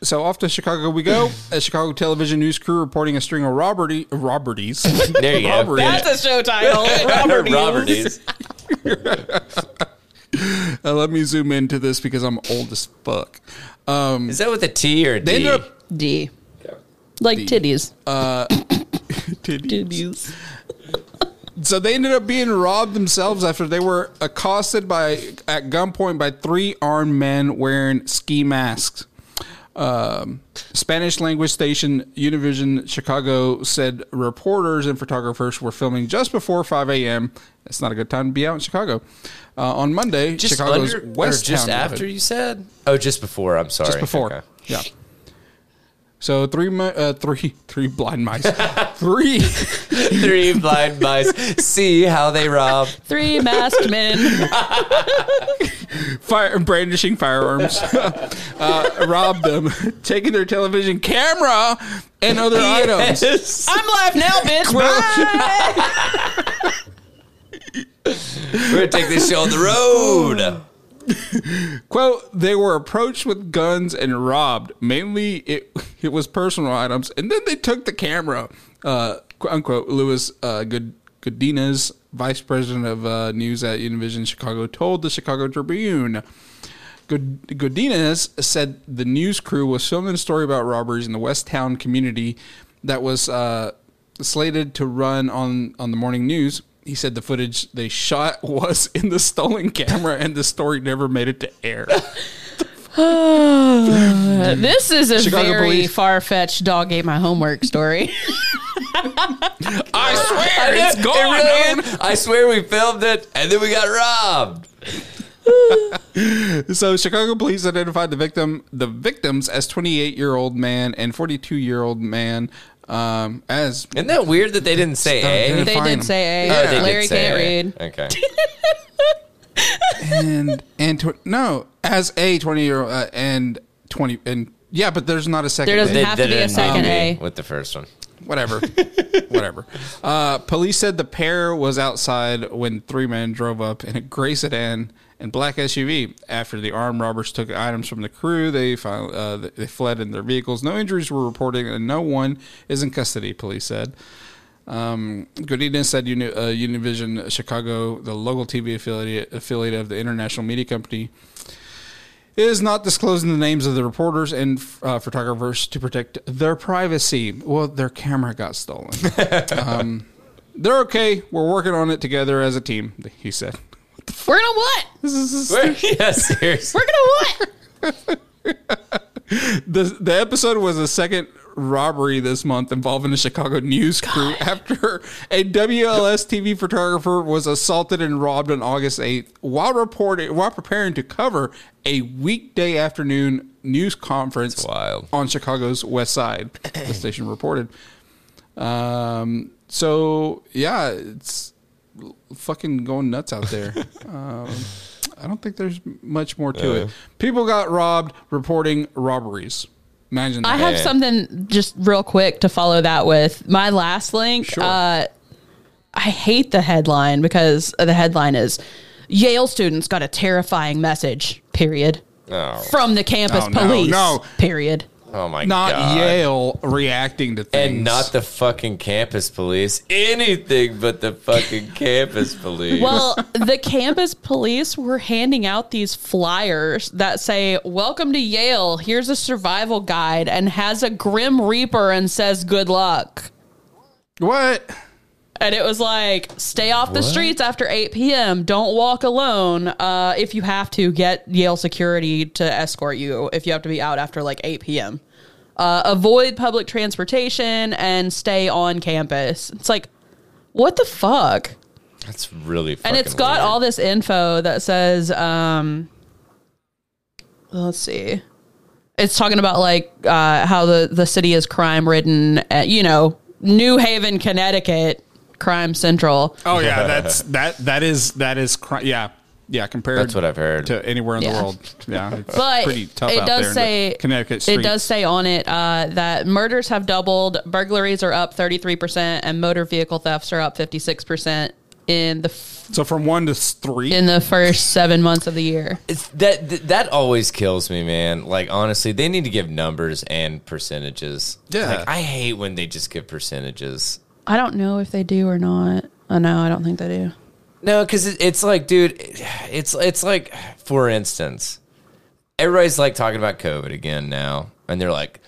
so off to Chicago we go. A Chicago television news crew reporting a string of robbery robberies.
there you go.
robbery.
That's a show title. Robert Eels.
Roberties.
Uh, let me zoom into this because I'm old as fuck. Um,
Is that with a T or a D?
they ended up
D. Like titties.
Titties.
titties.
So they ended up being robbed themselves after they were accosted by at gunpoint by three armed men wearing ski masks. Um, Spanish language station Univision Chicago said reporters and photographers were filming just before 5 a.m. It's not a good time to be out in Chicago. Uh, on Monday,
just
Chicago's
under,
West
or just
Town
after
neighborhood-
you said? Oh, just before. I'm sorry.
just before,
Okay.
yeah. So three, mi- uh, three, three blind mice, three
Three blind mice. See how they rob.
Three masked men.
fire brandishing firearms uh, robbed them taking their television camera and other items
Yes.
I'm live now, bitch. Bye.
We're gonna take this show on the road.
Quote, they were approached with guns and robbed. Mainly it it was personal items. And then they took the camera. Uh qu- unquote Louis uh Good Godinez, vice president of uh, news at Univision Chicago, told the Chicago Tribune. Good, Godinez said the news crew was filming a story about robberies in the West Town community that was uh, slated to run on, on the morning news. He said the footage they shot was in the stolen camera and the story never made it to air.
this is a
Chicago
very
police.
far fetched dog ate my homework story.
I swear
Yeah,
it's
it
gone.
really
Owen.
is. I swear we filmed it and then we got robbed.
So Chicago police identified the victim, the victims as 28 year old man and 42 year old man um, as
Isn't that weird that they didn't say A?
They
they
Fine.
did say A.
Oh, they did
Larry
say
can't
A.
read.
Okay.
and and tw- no as a 20 year old uh, and 20 and yeah, but there's not a second.
There doesn't
date.
have to be a
didn't
second A.
with the first one.
whatever, whatever. Uh, police said the pair was outside when three men drove up in a gray sedan and black SUV. After the armed robbers took items from the crew, they fin- uh, they fled in their vehicles. No injuries were reported, and no one is in custody. Police said. Um, Godinez said Uni- uh, Univision Chicago, the local TV affiliate affiliate of the international media company, is not disclosing the names of the reporters and uh, photographers to protect their privacy. Well, their camera got stolen. um, they're okay. We're working on it together as a team. He said.
We're gonna what?
This is-
yeah, seriously.
We're gonna what?
the, the episode was the second robbery this month involving a Chicago news crew after a WLS TV photographer was assaulted and robbed on August 8th while reporting while preparing to cover a weekday afternoon news conference
wild.
on Chicago's West Side. the station reported. Um. So yeah, it's fucking going nuts out there. um, I don't think there's much more to it. People got robbed reporting robberies. Imagine that.
I have
Yeah.
something just real quick to follow that with my last link.
Sure.
Uh, I hate the headline because the headline is Yale students got a terrifying message. Period
Oh,
from the campus
Oh, no,
police.
no.
Period.
oh my
not
god.
Yale reacting to things.
And not the fucking campus police. Anything but the fucking campus police.
Well, the campus police were handing out these flyers that say, Welcome to Yale. Here's a survival guide and has a Grim Reaper and says, Good luck.
what?
And it was like, Stay off the streets after 8 p.m. Don't walk alone. Uh, if you have to, get Yale security to escort you if you have to be out after like 8 p.m. Uh, avoid public transportation and stay on campus. It's like, what the fuck?
that's really fucking
and it's got
weird.
all this info that says um let's see it's talking about like uh how the the city is crime ridden uh, you know new haven connecticut crime central
Oh yeah, that's that. That is that is cr- yeah yeah. Compared
That's what I've heard.
to anywhere in
Yeah.
the world. Yeah, it's
But
pretty tough.
it
out
does
there in the
say-
Connecticut.
it
streets.
does say on it uh, that murders have doubled burglaries are up 33% and motor vehicle thefts are up 56% in the f-
So from one to three.
in the first seven months of the year
It's- that th- that always kills me, man. Like honestly, they need to give numbers and percentages.
Yeah.
Like I hate when they just give percentages.
i don't know if they do or not oh no i don't think they do
No, because it, it's like, dude, it's it's like, for instance, everybody's like talking about COVID again now, and they're like,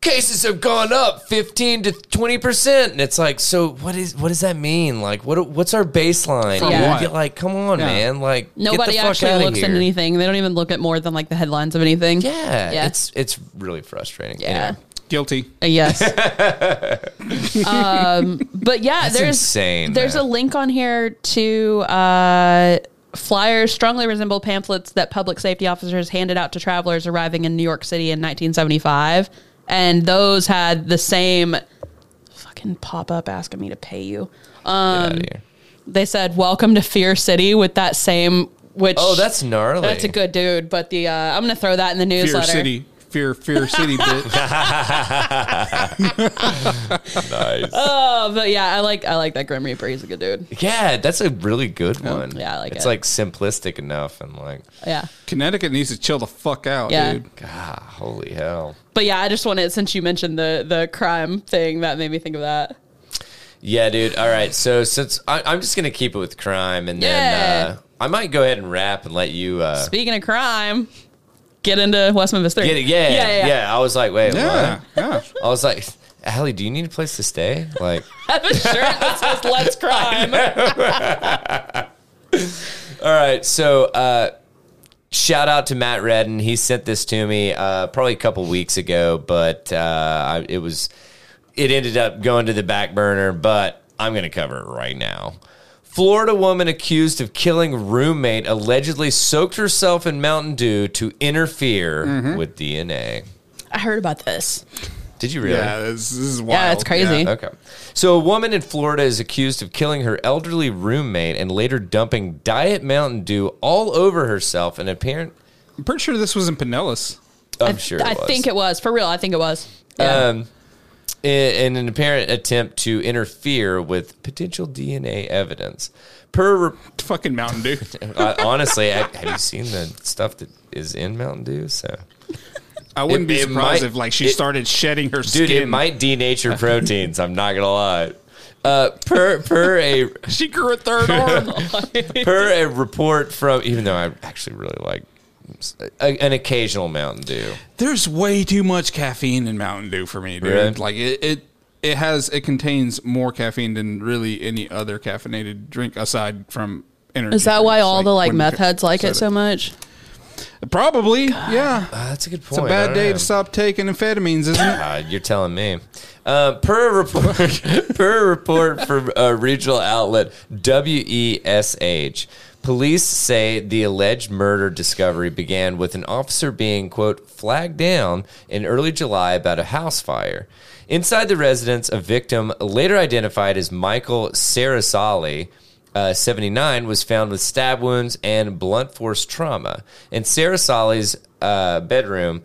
cases have gone up fifteen to twenty percent, and it's like, so what is what does that mean? Like, what what's our baseline?
From
Yeah.
what?
Like, come on,
Yeah.
man. Like, get the
Nobody
fuck
actually
outta
looks at
here.
anything. They don't even look at more than like the headlines of anything.
Yeah,
Yeah.
it's it's really frustrating.
Yeah.
Anyway.
Guilty.
Uh, Yes. um, but yeah, there's
insane,
There's
man.
a link on here to uh, flyers strongly resemble pamphlets that public safety officers handed out to travelers arriving in New York City in 1975, and those had the same fucking pop up asking me to pay you.
Get
Um,
outta here.
They said, "Welcome to Fear City" with that same. Which
Oh, that's gnarly.
That's a good dude, but the uh, I'm gonna throw that in the
Fear
newsletter.
City. Fear Fear City bitch.
Nice.
Oh, but yeah, I like I like that Grim Reaper. He's a good dude.
yeah, that's a really good one.
Yeah, I like
it's
it.
like simplistic enough and like,
Yeah.
Connecticut needs to chill the fuck out,
Yeah.
dude.
God, holy hell.
But yeah, I just wanted since you mentioned the the crime thing that made me think of that.
Yeah, dude. All right. So since I, I'm just gonna keep it with crime, and
Yeah.
then uh, I might go ahead and wrap and let you uh,
Speaking of crime, get into West Memphis Three.
get it. Yeah,
yeah, yeah.
I was like, wait,
Yeah,
what?
yeah.
I was like, Allie, do you need a place to stay? Like,
I have a shirt that says "Let's Crime."
all right. So uh, shout out to Matt Redden. He sent this to me uh, probably a couple weeks ago, but uh, I, it was it ended up going to the back burner. But I'm gonna cover it right now. Florida woman accused of killing roommate allegedly soaked herself in Mountain Dew to interfere with DNA.
I heard about this.
Did you really?
Yeah, this, this is wild.
Yeah, it's crazy.
Okay. So, a woman in Florida is accused of killing her elderly roommate and later dumping Diet Mountain Dew all over herself. And apparent,
I'm pretty sure this was in Pinellas.
I'm sure it
I
was.
think it was for real. I think it was. Yeah.
um, in, in an apparent attempt to interfere with potential DNA evidence. Per
Fucking Mountain Dew.
uh, honestly, I, have you seen the stuff that is in Mountain Dew? So,
I wouldn't be
It- it
surprised
might-
if like she
it-
started shedding her
dude,
skin.
it might denature proteins. I'm not gonna lie. Uh, per per a
She grew a third arm.
per a report from even though i actually really like a, an occasional mountain dew
There's way too much caffeine in Mountain Dew for me, dude.
Really?
Like it, it, it has it contains more caffeine than really any other caffeinated drink aside from energy.
Is that why
drinks,
all the like
when
meth
you-
heads like it
soda.
so much?
Probably, yeah.
Ah, that's a good point
It's a bad day to stop taking amphetamines, isn't it?
Uh, you're telling me. Uh, per report, per report from a regional outlet WESH, police say the alleged murder discovery began with an officer being quote flagged down in early July about a house fire. Inside the residence, a victim later identified as Michael Sarasali. Uh, 79 was found with stab wounds and blunt force trauma. In Sarasali's uh, bedroom,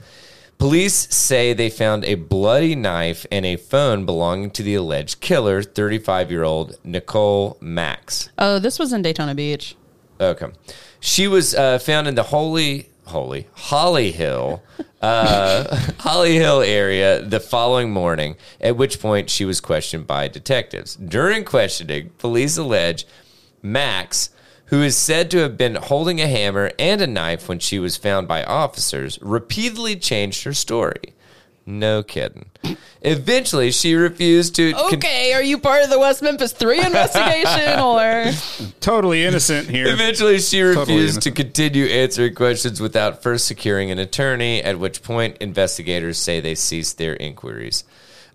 Police say they found a bloody knife and a phone belonging to the alleged killer, 35 year old Nicole Max.
Oh, this was in Daytona Beach.
Okay. She was uh, found in the Holy, Holy, Holly Hill, uh, Holly Hill area the following morning, at which point she was questioned by detectives. During questioning, police allege Max, who is said to have been holding a hammer and a knife when she was found by officers, repeatedly changed her story. No kidding. Eventually, she refused to. con-
Okay, are you part of the West Memphis Three investigation or?
Totally innocent here.
Eventually, she refused to
innocent.
continue answering questions without first securing an attorney, at which point investigators say they ceased their inquiries.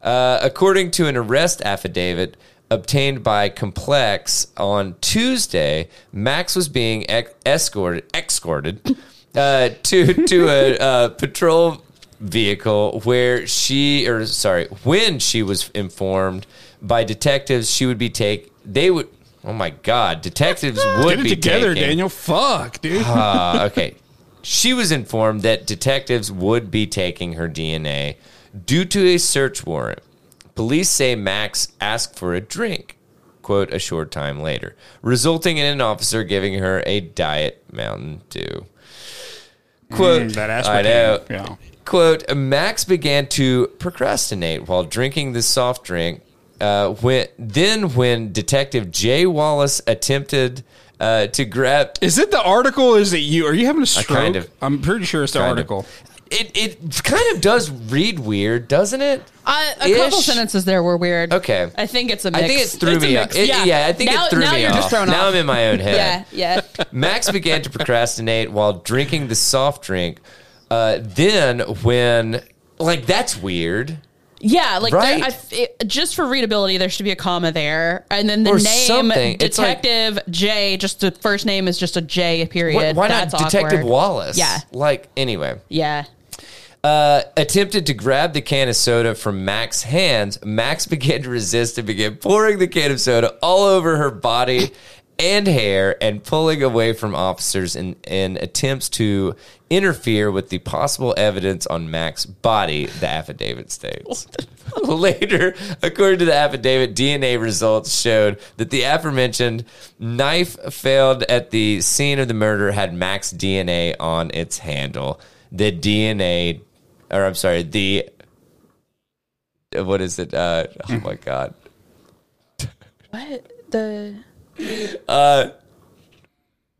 Uh, according to an arrest affidavit obtained by Complex on Tuesday, Max was being ex- escorted, escorted uh, to, to a uh, patrol vehicle where she or sorry when she was informed by detectives she would be take they would oh my god detectives would
Get it
be
together,
taken.
Daniel. Fuck, dude.
Uh, okay she was informed that detectives would be taking her dna due to a search warrant police say max asked for a drink quote a short time later resulting in an officer giving her a diet mountain dew quote
Mm, that
i
aspartame.
know
Yeah.
Quote, Max began to procrastinate while drinking the soft drink. Uh, when, then, when Detective Jay Wallace attempted uh, to grab.
Is it the article? Is it you? Are you having a stroke?
kind of-
I'm pretty sure it's the
Kind of.
article.
It, it kind of does read weird, doesn't it?
I, Uh, a
Ish.
couple sentences there were weird.
Okay.
I think it's a mix.
I think it threw
It's a
me off.
mix,
It- yeah. I think
now,
it threw
now
me
you're
off.
just thrown
now
off.
I'm in my own head.
yeah, yeah.
Max began to procrastinate while drinking the soft drink. Uh, then, when. Like, that's weird.
Yeah, like there-
Right.
I f- it- just for readability, there should be a comma there, and then the
Or
name
something. It's like-
Detective J. Just the first name is just a J.
Why,
Period.
why not
That's
Detective
awkward.
Wallace?
Yeah.
Like, anyway.
Yeah,
Uh, attempted to grab the can of soda from Max's hands, Max began to resist and began pouring the can of soda all over her body and hair and pulling away from officers in, in attempts to interfere with the possible evidence on Mac's body, the affidavit states. Later, according to the affidavit, DNA results showed that the aforementioned knife found at the scene of the murder had Mac's DNA on its handle. The DNA, or I'm sorry, the what is it? Uh, oh my god.
What the?
Uh,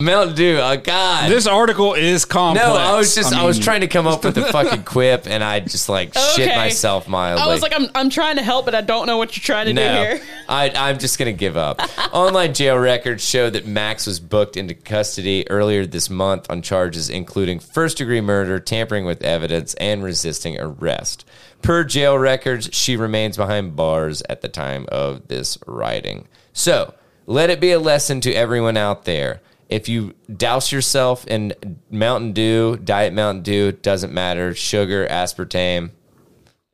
Mountain Dew, oh god.
This article is complex.
No, I was just I, was
mean,
trying to come up with a fucking quip, and I just like shit
Okay.
myself mildly.
I was like, I'm, I'm trying to help, but I don't know what you're trying to do
no,
here.
I, I'm just gonna give up. Online jail records show that Max was booked into custody earlier this month on charges including first degree murder, tampering with evidence, and resisting arrest. Per jail records, she remains behind bars at the time of this writing. So let it be a lesson to everyone out there. If you douse yourself in Mountain Dew, Diet Mountain Dew, doesn't matter, sugar, aspartame,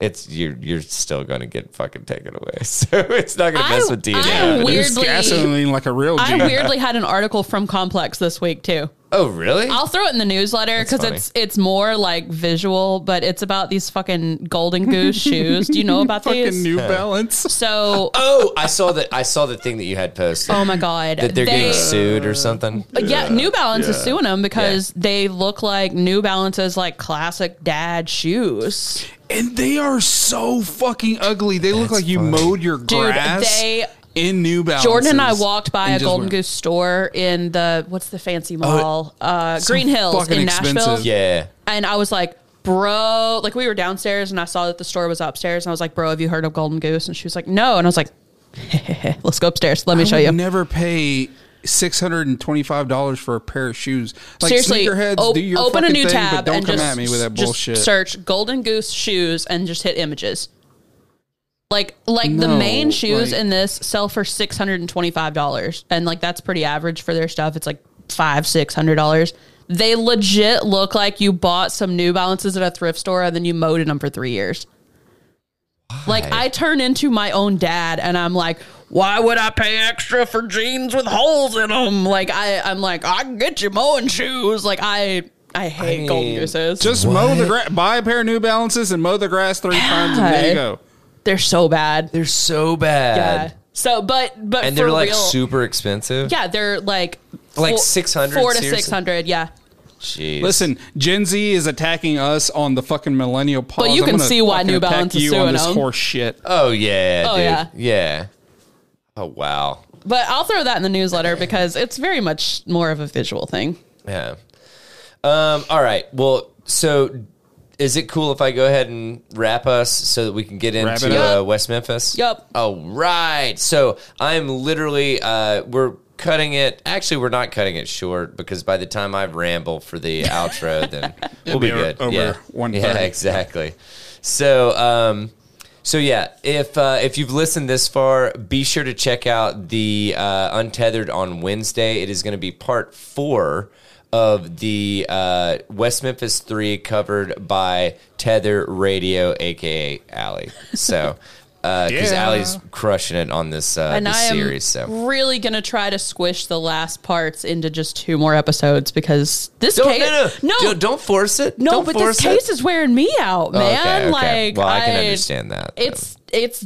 it's you're you're still gonna get fucking taken away. So it's not gonna
I-
mess with DNA.
I
evidence.
use
weirdly-
gasoline like a real G.
I weirdly had an article from Complex this week too.
oh really?
I'll throw it in the newsletter because
funny.
it's it's more like visual, but it's about these fucking golden goose shoes. Do you know about
fucking
these?
New Balance.
so,
oh, I saw that. I saw the thing that you had posted
oh my god,
that they're
They-
getting sued or something.
yeah, New Balance is suing them because they look like New Balance's like classic dad shoes.
And they are so fucking ugly. They look
That's
like you
funny.
mowed your grass
they-
in New Balance.
Jordan and I walked by a
just
Golden
went-
Goose store in the what's the fancy mall? uh, Green Hills
fucking
in Nashville.
expensive.
Yeah.
And I was like, bro, like we were downstairs and I saw that the store was upstairs. And I was like, bro, have you heard of Golden Goose? And she was like, no. And I was like, let's go upstairs. Let me
I
show
would
you.
Never pay six hundred and twenty-five dollars for a pair of shoes. Like
Seriously,
sneakerheads,
op-
do your
open a
fucking
new
thing,
tab
but don't
and
come
just,
at me with that
just
bullshit.
search Golden Goose shoes and just hit images. Like, like the
No,
main shoes
like-
in this sell for six hundred and twenty five dollars, and like that's pretty average for their stuff. It's like five, six hundred dollars. They legit look like you bought some New Balances at a thrift store and then you mowed in them for three years. Like I turn into my own dad, and I'm like, why would I pay extra for jeans with holes in them? Like I, I'm like, I can get you mowing shoes. Like I, I hate
mean,
golden gooses.
Just mow the grass. Buy a pair of New Balances and mow the grass three times, and there you go.
they're so bad.
They're so
yeah.
bad.
So, but but
And
for
they're like
real,
super expensive.
yeah, they're like
Like
four-
600,
four to
seriously?
six hundred. Yeah,
Jeez.
Listen, Gen Z is attacking us on the fucking millennial pause.
you
I'm
can
gonna
see why
fucking
New
attack
Balance is
you on
suing
this
them.
horse shit.
Oh yeah.
Oh,
dude.
yeah.
Yeah. Oh wow.
but I'll throw that in the newsletter because it's very much more of a visual thing.
Yeah. Um, all right. Well, so is it cool if I go ahead and wrap us so that we can get
Wrap it
into
up.
uh, West Memphis?
Yup.
All right. So I'm literally uh, we're cutting it. Actually, we're not cutting it short because by the time I ramble for the outro, then we'll be,
be
good.
over
yeah.
1:30.
Yeah. Exactly. So. Um, so yeah, if uh, if you've listened this far, be sure to check out the uh, Untethered on Wednesday. It is going to be part four of the uh, West Memphis Three, covered by Tether Radio, aka Allie. So because
Yeah.
Allie's crushing it on this, uh,
and
this
I am
series. So
really gonna try to squish the last parts into just two more episodes because this
don't,
case,
no, no,
no,
Don't- don't force it.
no,
Don't
but
force
this case is wearing me out,
Oh,
man.
okay, okay.
Like,
well, I can understand that.
It's it's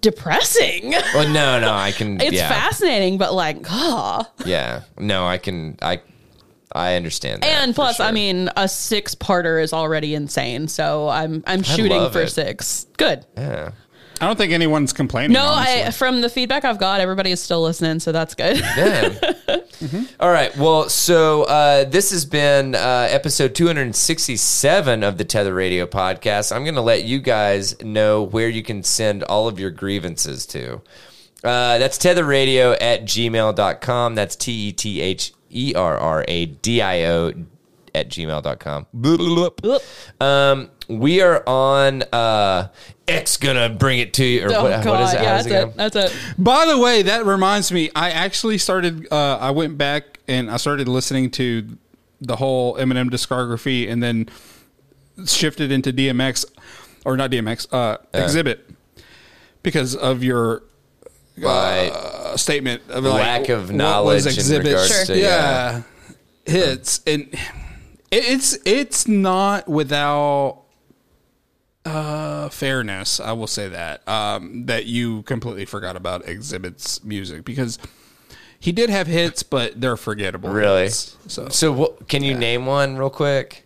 depressing.
well, no, no, I can.
It's
yeah,
fascinating, but like, ah.
Yeah, no, I can. I I understand. That
And
for
plus, I
sure.
mean, a six parter is already insane. So I'm I'm shooting
love
for
it.
six. Good.
Yeah.
I don't think anyone's complaining.
No,
honestly.
I from the feedback I've got, everybody is still listening, so that's good.
Damn. All right. Well, so uh, this has been uh, episode 267 of the Tether Radio podcast. I'm going to let you guys know where you can send all of your grievances to. Uh, that's tetherradio at gmail.com. That's T E T H E R R A D I O at gmail.com.
Oop.
Um, we are on uh, X, gonna bring it to you. Or
Oh
what, what is
god,
it?
yeah,
How's
that's
it go?
it. That's it.
By the way, that reminds me. I actually started. Uh, I went back and I started listening to the whole Eminem discography, and then shifted into DMX, or not DMX, uh, Exhibit, because of your
Right.
uh, statement of
Lack
like,
of
what was
knowledge in
exhibits.
regards Sure. to,
yeah, hits and it, it's it's not without uh, fairness. I will say that um, that you completely forgot about exhibits music because he did have hits, but they're forgettable.
Really?
hits. so
So what, can you name one real quick?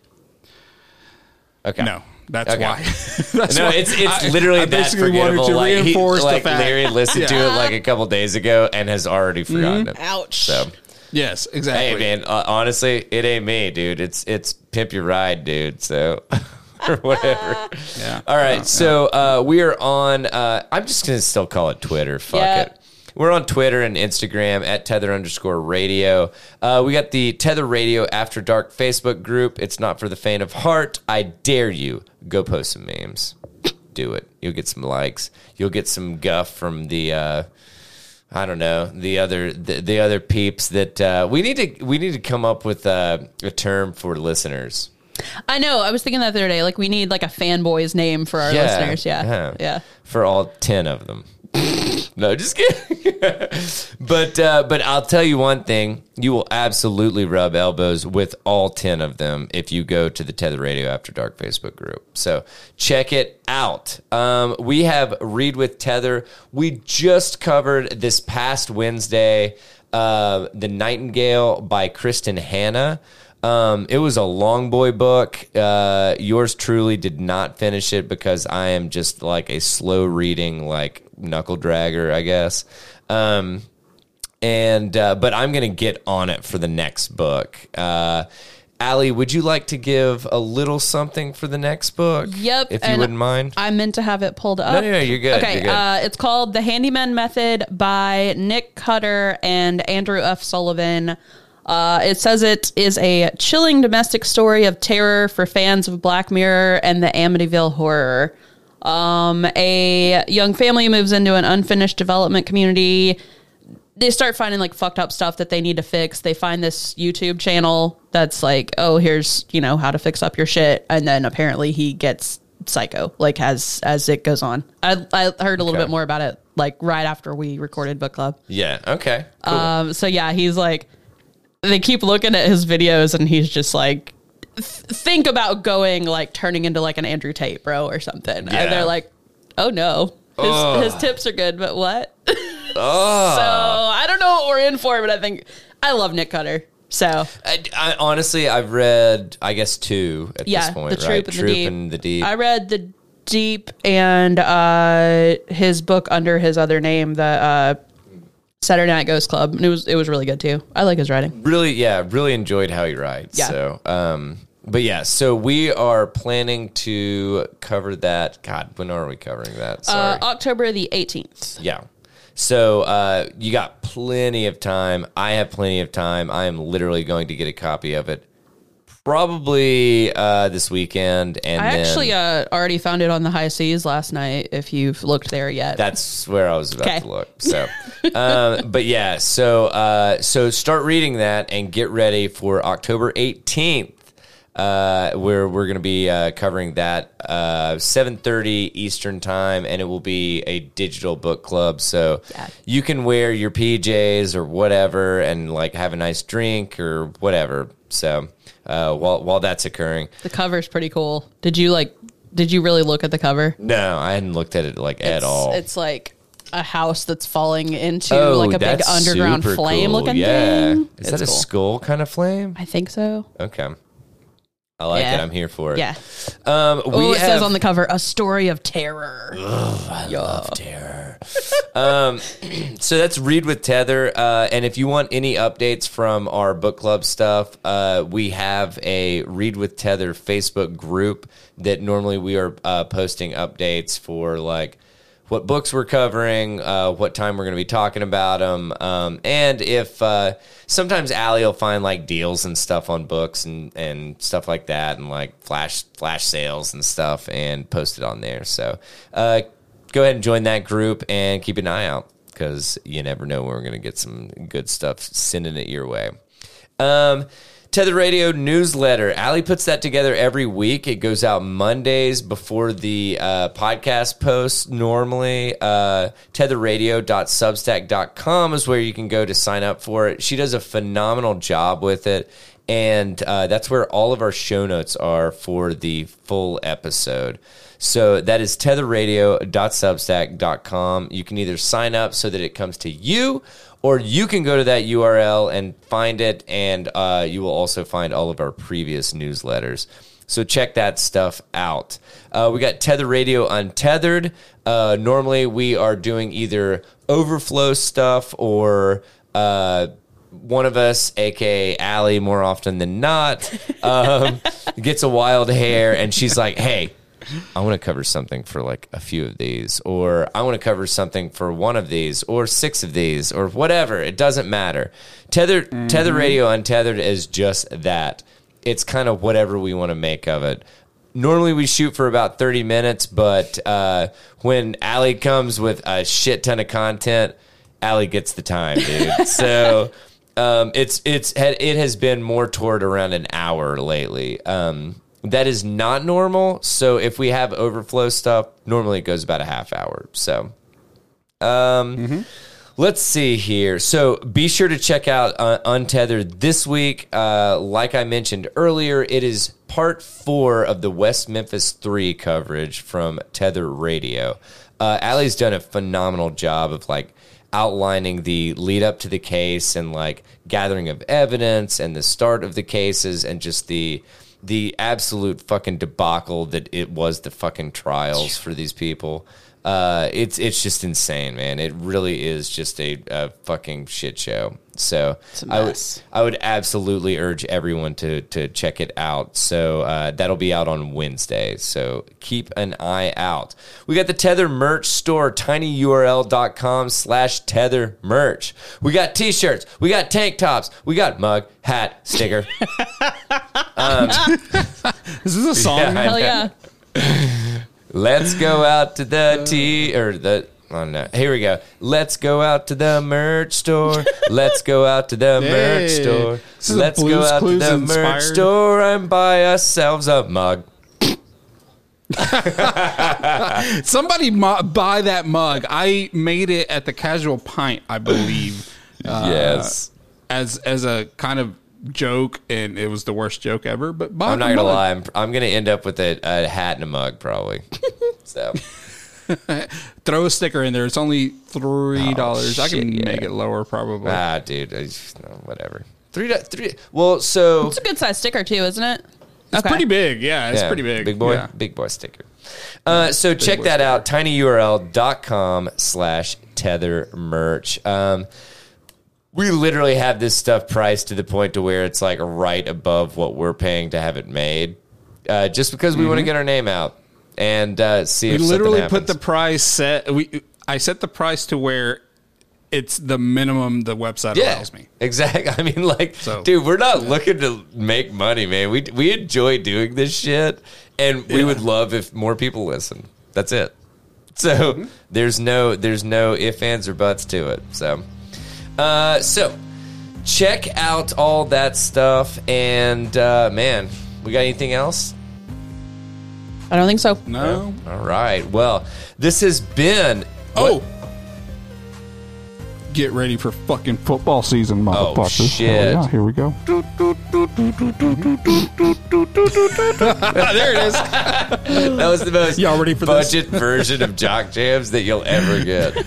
Okay.
no, that's
Okay.
why. that's
no,
why
it's it's
I-
literally
I
that
basically wanted
forgettable.
to
like he,
reinforce the
like
fact.
Larry listened to
Yeah.
it like a couple days ago and has already
Mm-hmm.
forgotten it.
Ouch.
So
Yes, exactly.
hey man, uh, honestly, it ain't me, dude. It's it's pimp your ride, dude. So or whatever.
Yeah.
All right, so uh, we are on. Uh, I'm just gonna still call it Twitter. Fuck
Yeah.
it. We're on Twitter and Instagram at Tether underscore Radio. Uh, we got the Tether Radio After Dark Facebook group. It's not for the faint of heart. I dare you go post some memes. Do it. You'll get some likes. You'll get some guff from the. Uh, I don't know the other the, the other peeps that uh, we need to we need to come up with uh, a term for listeners.
I know. I was thinking that the other day. Like, we need like a fanboy's name for our
Yeah,
listeners. Yeah.
yeah.
Yeah.
for all 10 of them. no, just kidding. but uh, but I'll tell you one thing, you will absolutely rub elbows with all 10 of them if you go to the Tether Radio After Dark Facebook group. So check it out. Um, we have Read with Tether. We just covered this past Wednesday uh, The Nightingale by Kristen Hanna. Um, it was a long boy book. Uh, yours truly did not finish it because I am just like a slow reading, like knuckle dragger, I guess. Um, and uh, but I'm gonna get on it for the next book. Uh, Allie, would you like to give a little something for the next book?
Yep.
if you
and
wouldn't mind.
I meant to have it pulled up.
no, no, you're good,
Okay.
you're good.
Uh, it's called The Handyman Method by Nick Cutter and Andrew F. Sullivan. Uh, it says it is a chilling domestic story of terror for fans of Black Mirror and the Amityville horror. Um, a young family moves into an unfinished development community they start finding like fucked up stuff that they need to fix. They find this YouTube channel that's like, oh, here's you know how to fix up your shit, and then apparently he gets psycho like as as it goes on. I I heard a little
Okay.
bit more about it like right after we recorded book club.
yeah. Okay. Cool.
Um, so yeah, he's like, they keep looking at his videos, and he's just like, th- think about going like turning into like an Andrew Tate bro or something,
Yeah.
and they're like, oh no. His,
Ugh.
his tips are good, but what?
oh.
So I don't know what we're in for, but I think I love Nick Cutter. So
I, I- honestly, I've read, I guess, two at
yeah,
this point.
the Troop,
right?
and, the
Troop
Deep.
and the Deep.
I read the Deep and uh, his book under his other name, the uh, Saturday Night Ghost Club, and it was it was really good too. I like his writing.
really yeah really enjoyed how he writes
Yeah.
so um but yeah so we are planning to cover that god when are we covering that sorry
Uh, October the eighteenth.
yeah so uh you got plenty of time i have plenty of time i am literally going to get a copy of it probably uh this weekend and
I
then
actually uh, already found it on the high seas last night. If you've looked there yet,
That's where I was about
Okay.
to look. So, um, but yeah, so uh, so start reading that and get ready for October eighteenth, uh, where we're going to be uh, covering that uh, seven thirty Eastern time, and it will be a digital book club. So
Yeah.
you can wear your PJs or whatever, and like have a nice drink or whatever. So uh, while while that's occurring,
the cover's pretty cool. Did you like? Did you really look at the cover?
no, I hadn't looked at it like at
it's,
all.
It's like a house that's falling into
Oh,
like a big
that's
underground
super
flame
cool.
looking
yeah.
thing.
Is
It's
that a
cool.
skull kind of flame?
I think so.
Okay. I like it.
Yeah.
I'm here for it.
Yeah.
Um, we
Oh, it
have
says on the cover, a story of terror.
love terror. um, so that's Read with Tether. Uh, and if you want any updates from our book club stuff, uh, we have a Read with Tether Facebook group that normally we are uh, posting updates for like what books we're covering, uh, what time we're going to be talking about them, um, and if uh, sometimes Allie will find like deals and stuff on books and, and stuff like that, and like flash flash sales and stuff, and post it on there. So uh, go ahead and join that group and keep an eye out because you never know when we're going to get some good stuff sending it your way. Um, to the radio newsletter. Allie puts that together every week. It goes out Mondays before the uh, podcast posts normally. Uh, tetherradio.substack.com is where you can go to sign up for it. She does a phenomenal job with it. And uh, that's where all of our show notes are for the full episode. So that is tetherradio.substack.com. You can either sign up so that it comes to you, or you can go to that URL and find it, and uh, you will also find all of our previous newsletters. So check that stuff out. Uh, we got Tether Radio Untethered. Uh, normally, we are doing either overflow stuff or. Uh, one of us, aka Allie, more often than not, um, gets a wild hair, and she's like, "Hey, I want to cover something for like a few of these, or I want to cover something for one of these, or six of these, or whatever. It doesn't matter. Tether, tether radio untethered is just that. It's kind of whatever we want to make of it. Normally we shoot for about thirty minutes, but uh, when Allie comes with a shit ton of content, Allie gets the time, dude. so. Um, it's it's it has been more toward around an hour lately. Um, that is not normal. So if we have overflow stuff, normally it goes about a half hour. So Let's see here. So be sure to check out uh, Untethered this week. Uh, like I mentioned earlier, it is part four of the West Memphis 3 coverage from Tether Radio. Uh, Allie's done a phenomenal job of like outlining the lead up to the case and like gathering of evidence and the start of the cases and just the the absolute fucking debacle that it was the fucking trials for these people uh, it's it's just insane, man. It really is just a, a fucking shit show. So
a
I would
mess.
I would absolutely urge everyone to to check it out. So uh, that'll be out on Wednesday. So keep an eye out. We got the Tether merch store, tinyurl.com slash tether merch. We got t-shirts, we got tank tops, we got mug, hat, sticker.
Is this a song?
Yeah, I-
Hell yeah.
Let's go out to the tea or the. Oh no! Here we go. Let's go out to the merch store. Let's go out to the merch
Hey.
store.
This is a
Let's go
Blues
out to
Clues
the
inspired.
merch store and buy ourselves a mug.
Somebody mu- buy that mug. I made it at the Casual Pint, I believe. uh,
Yes.
As as a kind of joke, and it was the worst joke ever. But buy
I'm not
the
gonna
mug.
lie. I'm, I'm gonna end up with a, a hat and a mug probably. So
Throw a sticker in there. It's only three dollars. I can
Oh, shit, yeah.
make it lower probably.
ah, dude, I just- no, whatever. Three, do- three. Well, so
It's a good size sticker too, isn't it?
it's pretty big. Yeah, it's
Yeah,
pretty big.
Big boy,
Yeah.
big boy sticker. Uh, so check
boy
that out, tinyurl.com slash tether merch. Um, we literally have this stuff priced to the point to where it's like right above what we're paying to have it made, uh, just because we want to get our name out and uh, see
Mm-hmm. We
if
literally
something
put the
happens.
price set. We I set the price to where it's the minimum the website
yeah,
allows me.
exactly. I mean, like,
So-
dude, we're not looking to make money, man. We we enjoy doing this shit, and we would love if more people listen. That's it. So
Mm-hmm.
there's no there's no ifs ands or buts to it. So, uh, so check out all that stuff, and uh, man, we got anything else?
I don't think so.
No.
All right. Well, this has been.
Oh. Get ready for fucking football season, motherfuckers.
shit.
yeah, here we go. ah, there it is.
That was the most
Y'all ready for this?
budget version of Jock Jams that you'll ever get.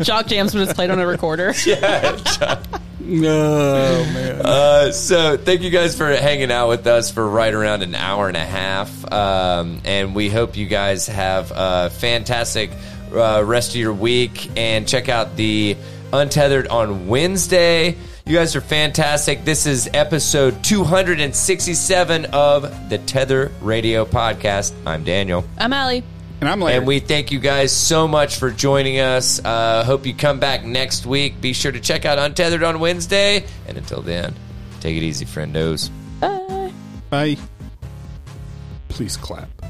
Jock jams when it's played on a recorder.
Oh, man.
Uh, so thank you guys for hanging out with us for right around an hour and a half um, and we hope you guys have a fantastic uh, rest of your week and check out the untethered on wednesday you guys are fantastic this is episode 267 of the tether radio podcast i'm daniel
I'm Allie.
And I'm like,
and we thank you guys so much for joining us uh, hope you come back next week be sure to check out untethered on wednesday and until then take it easy friendos
Bye.
bye. Please clap.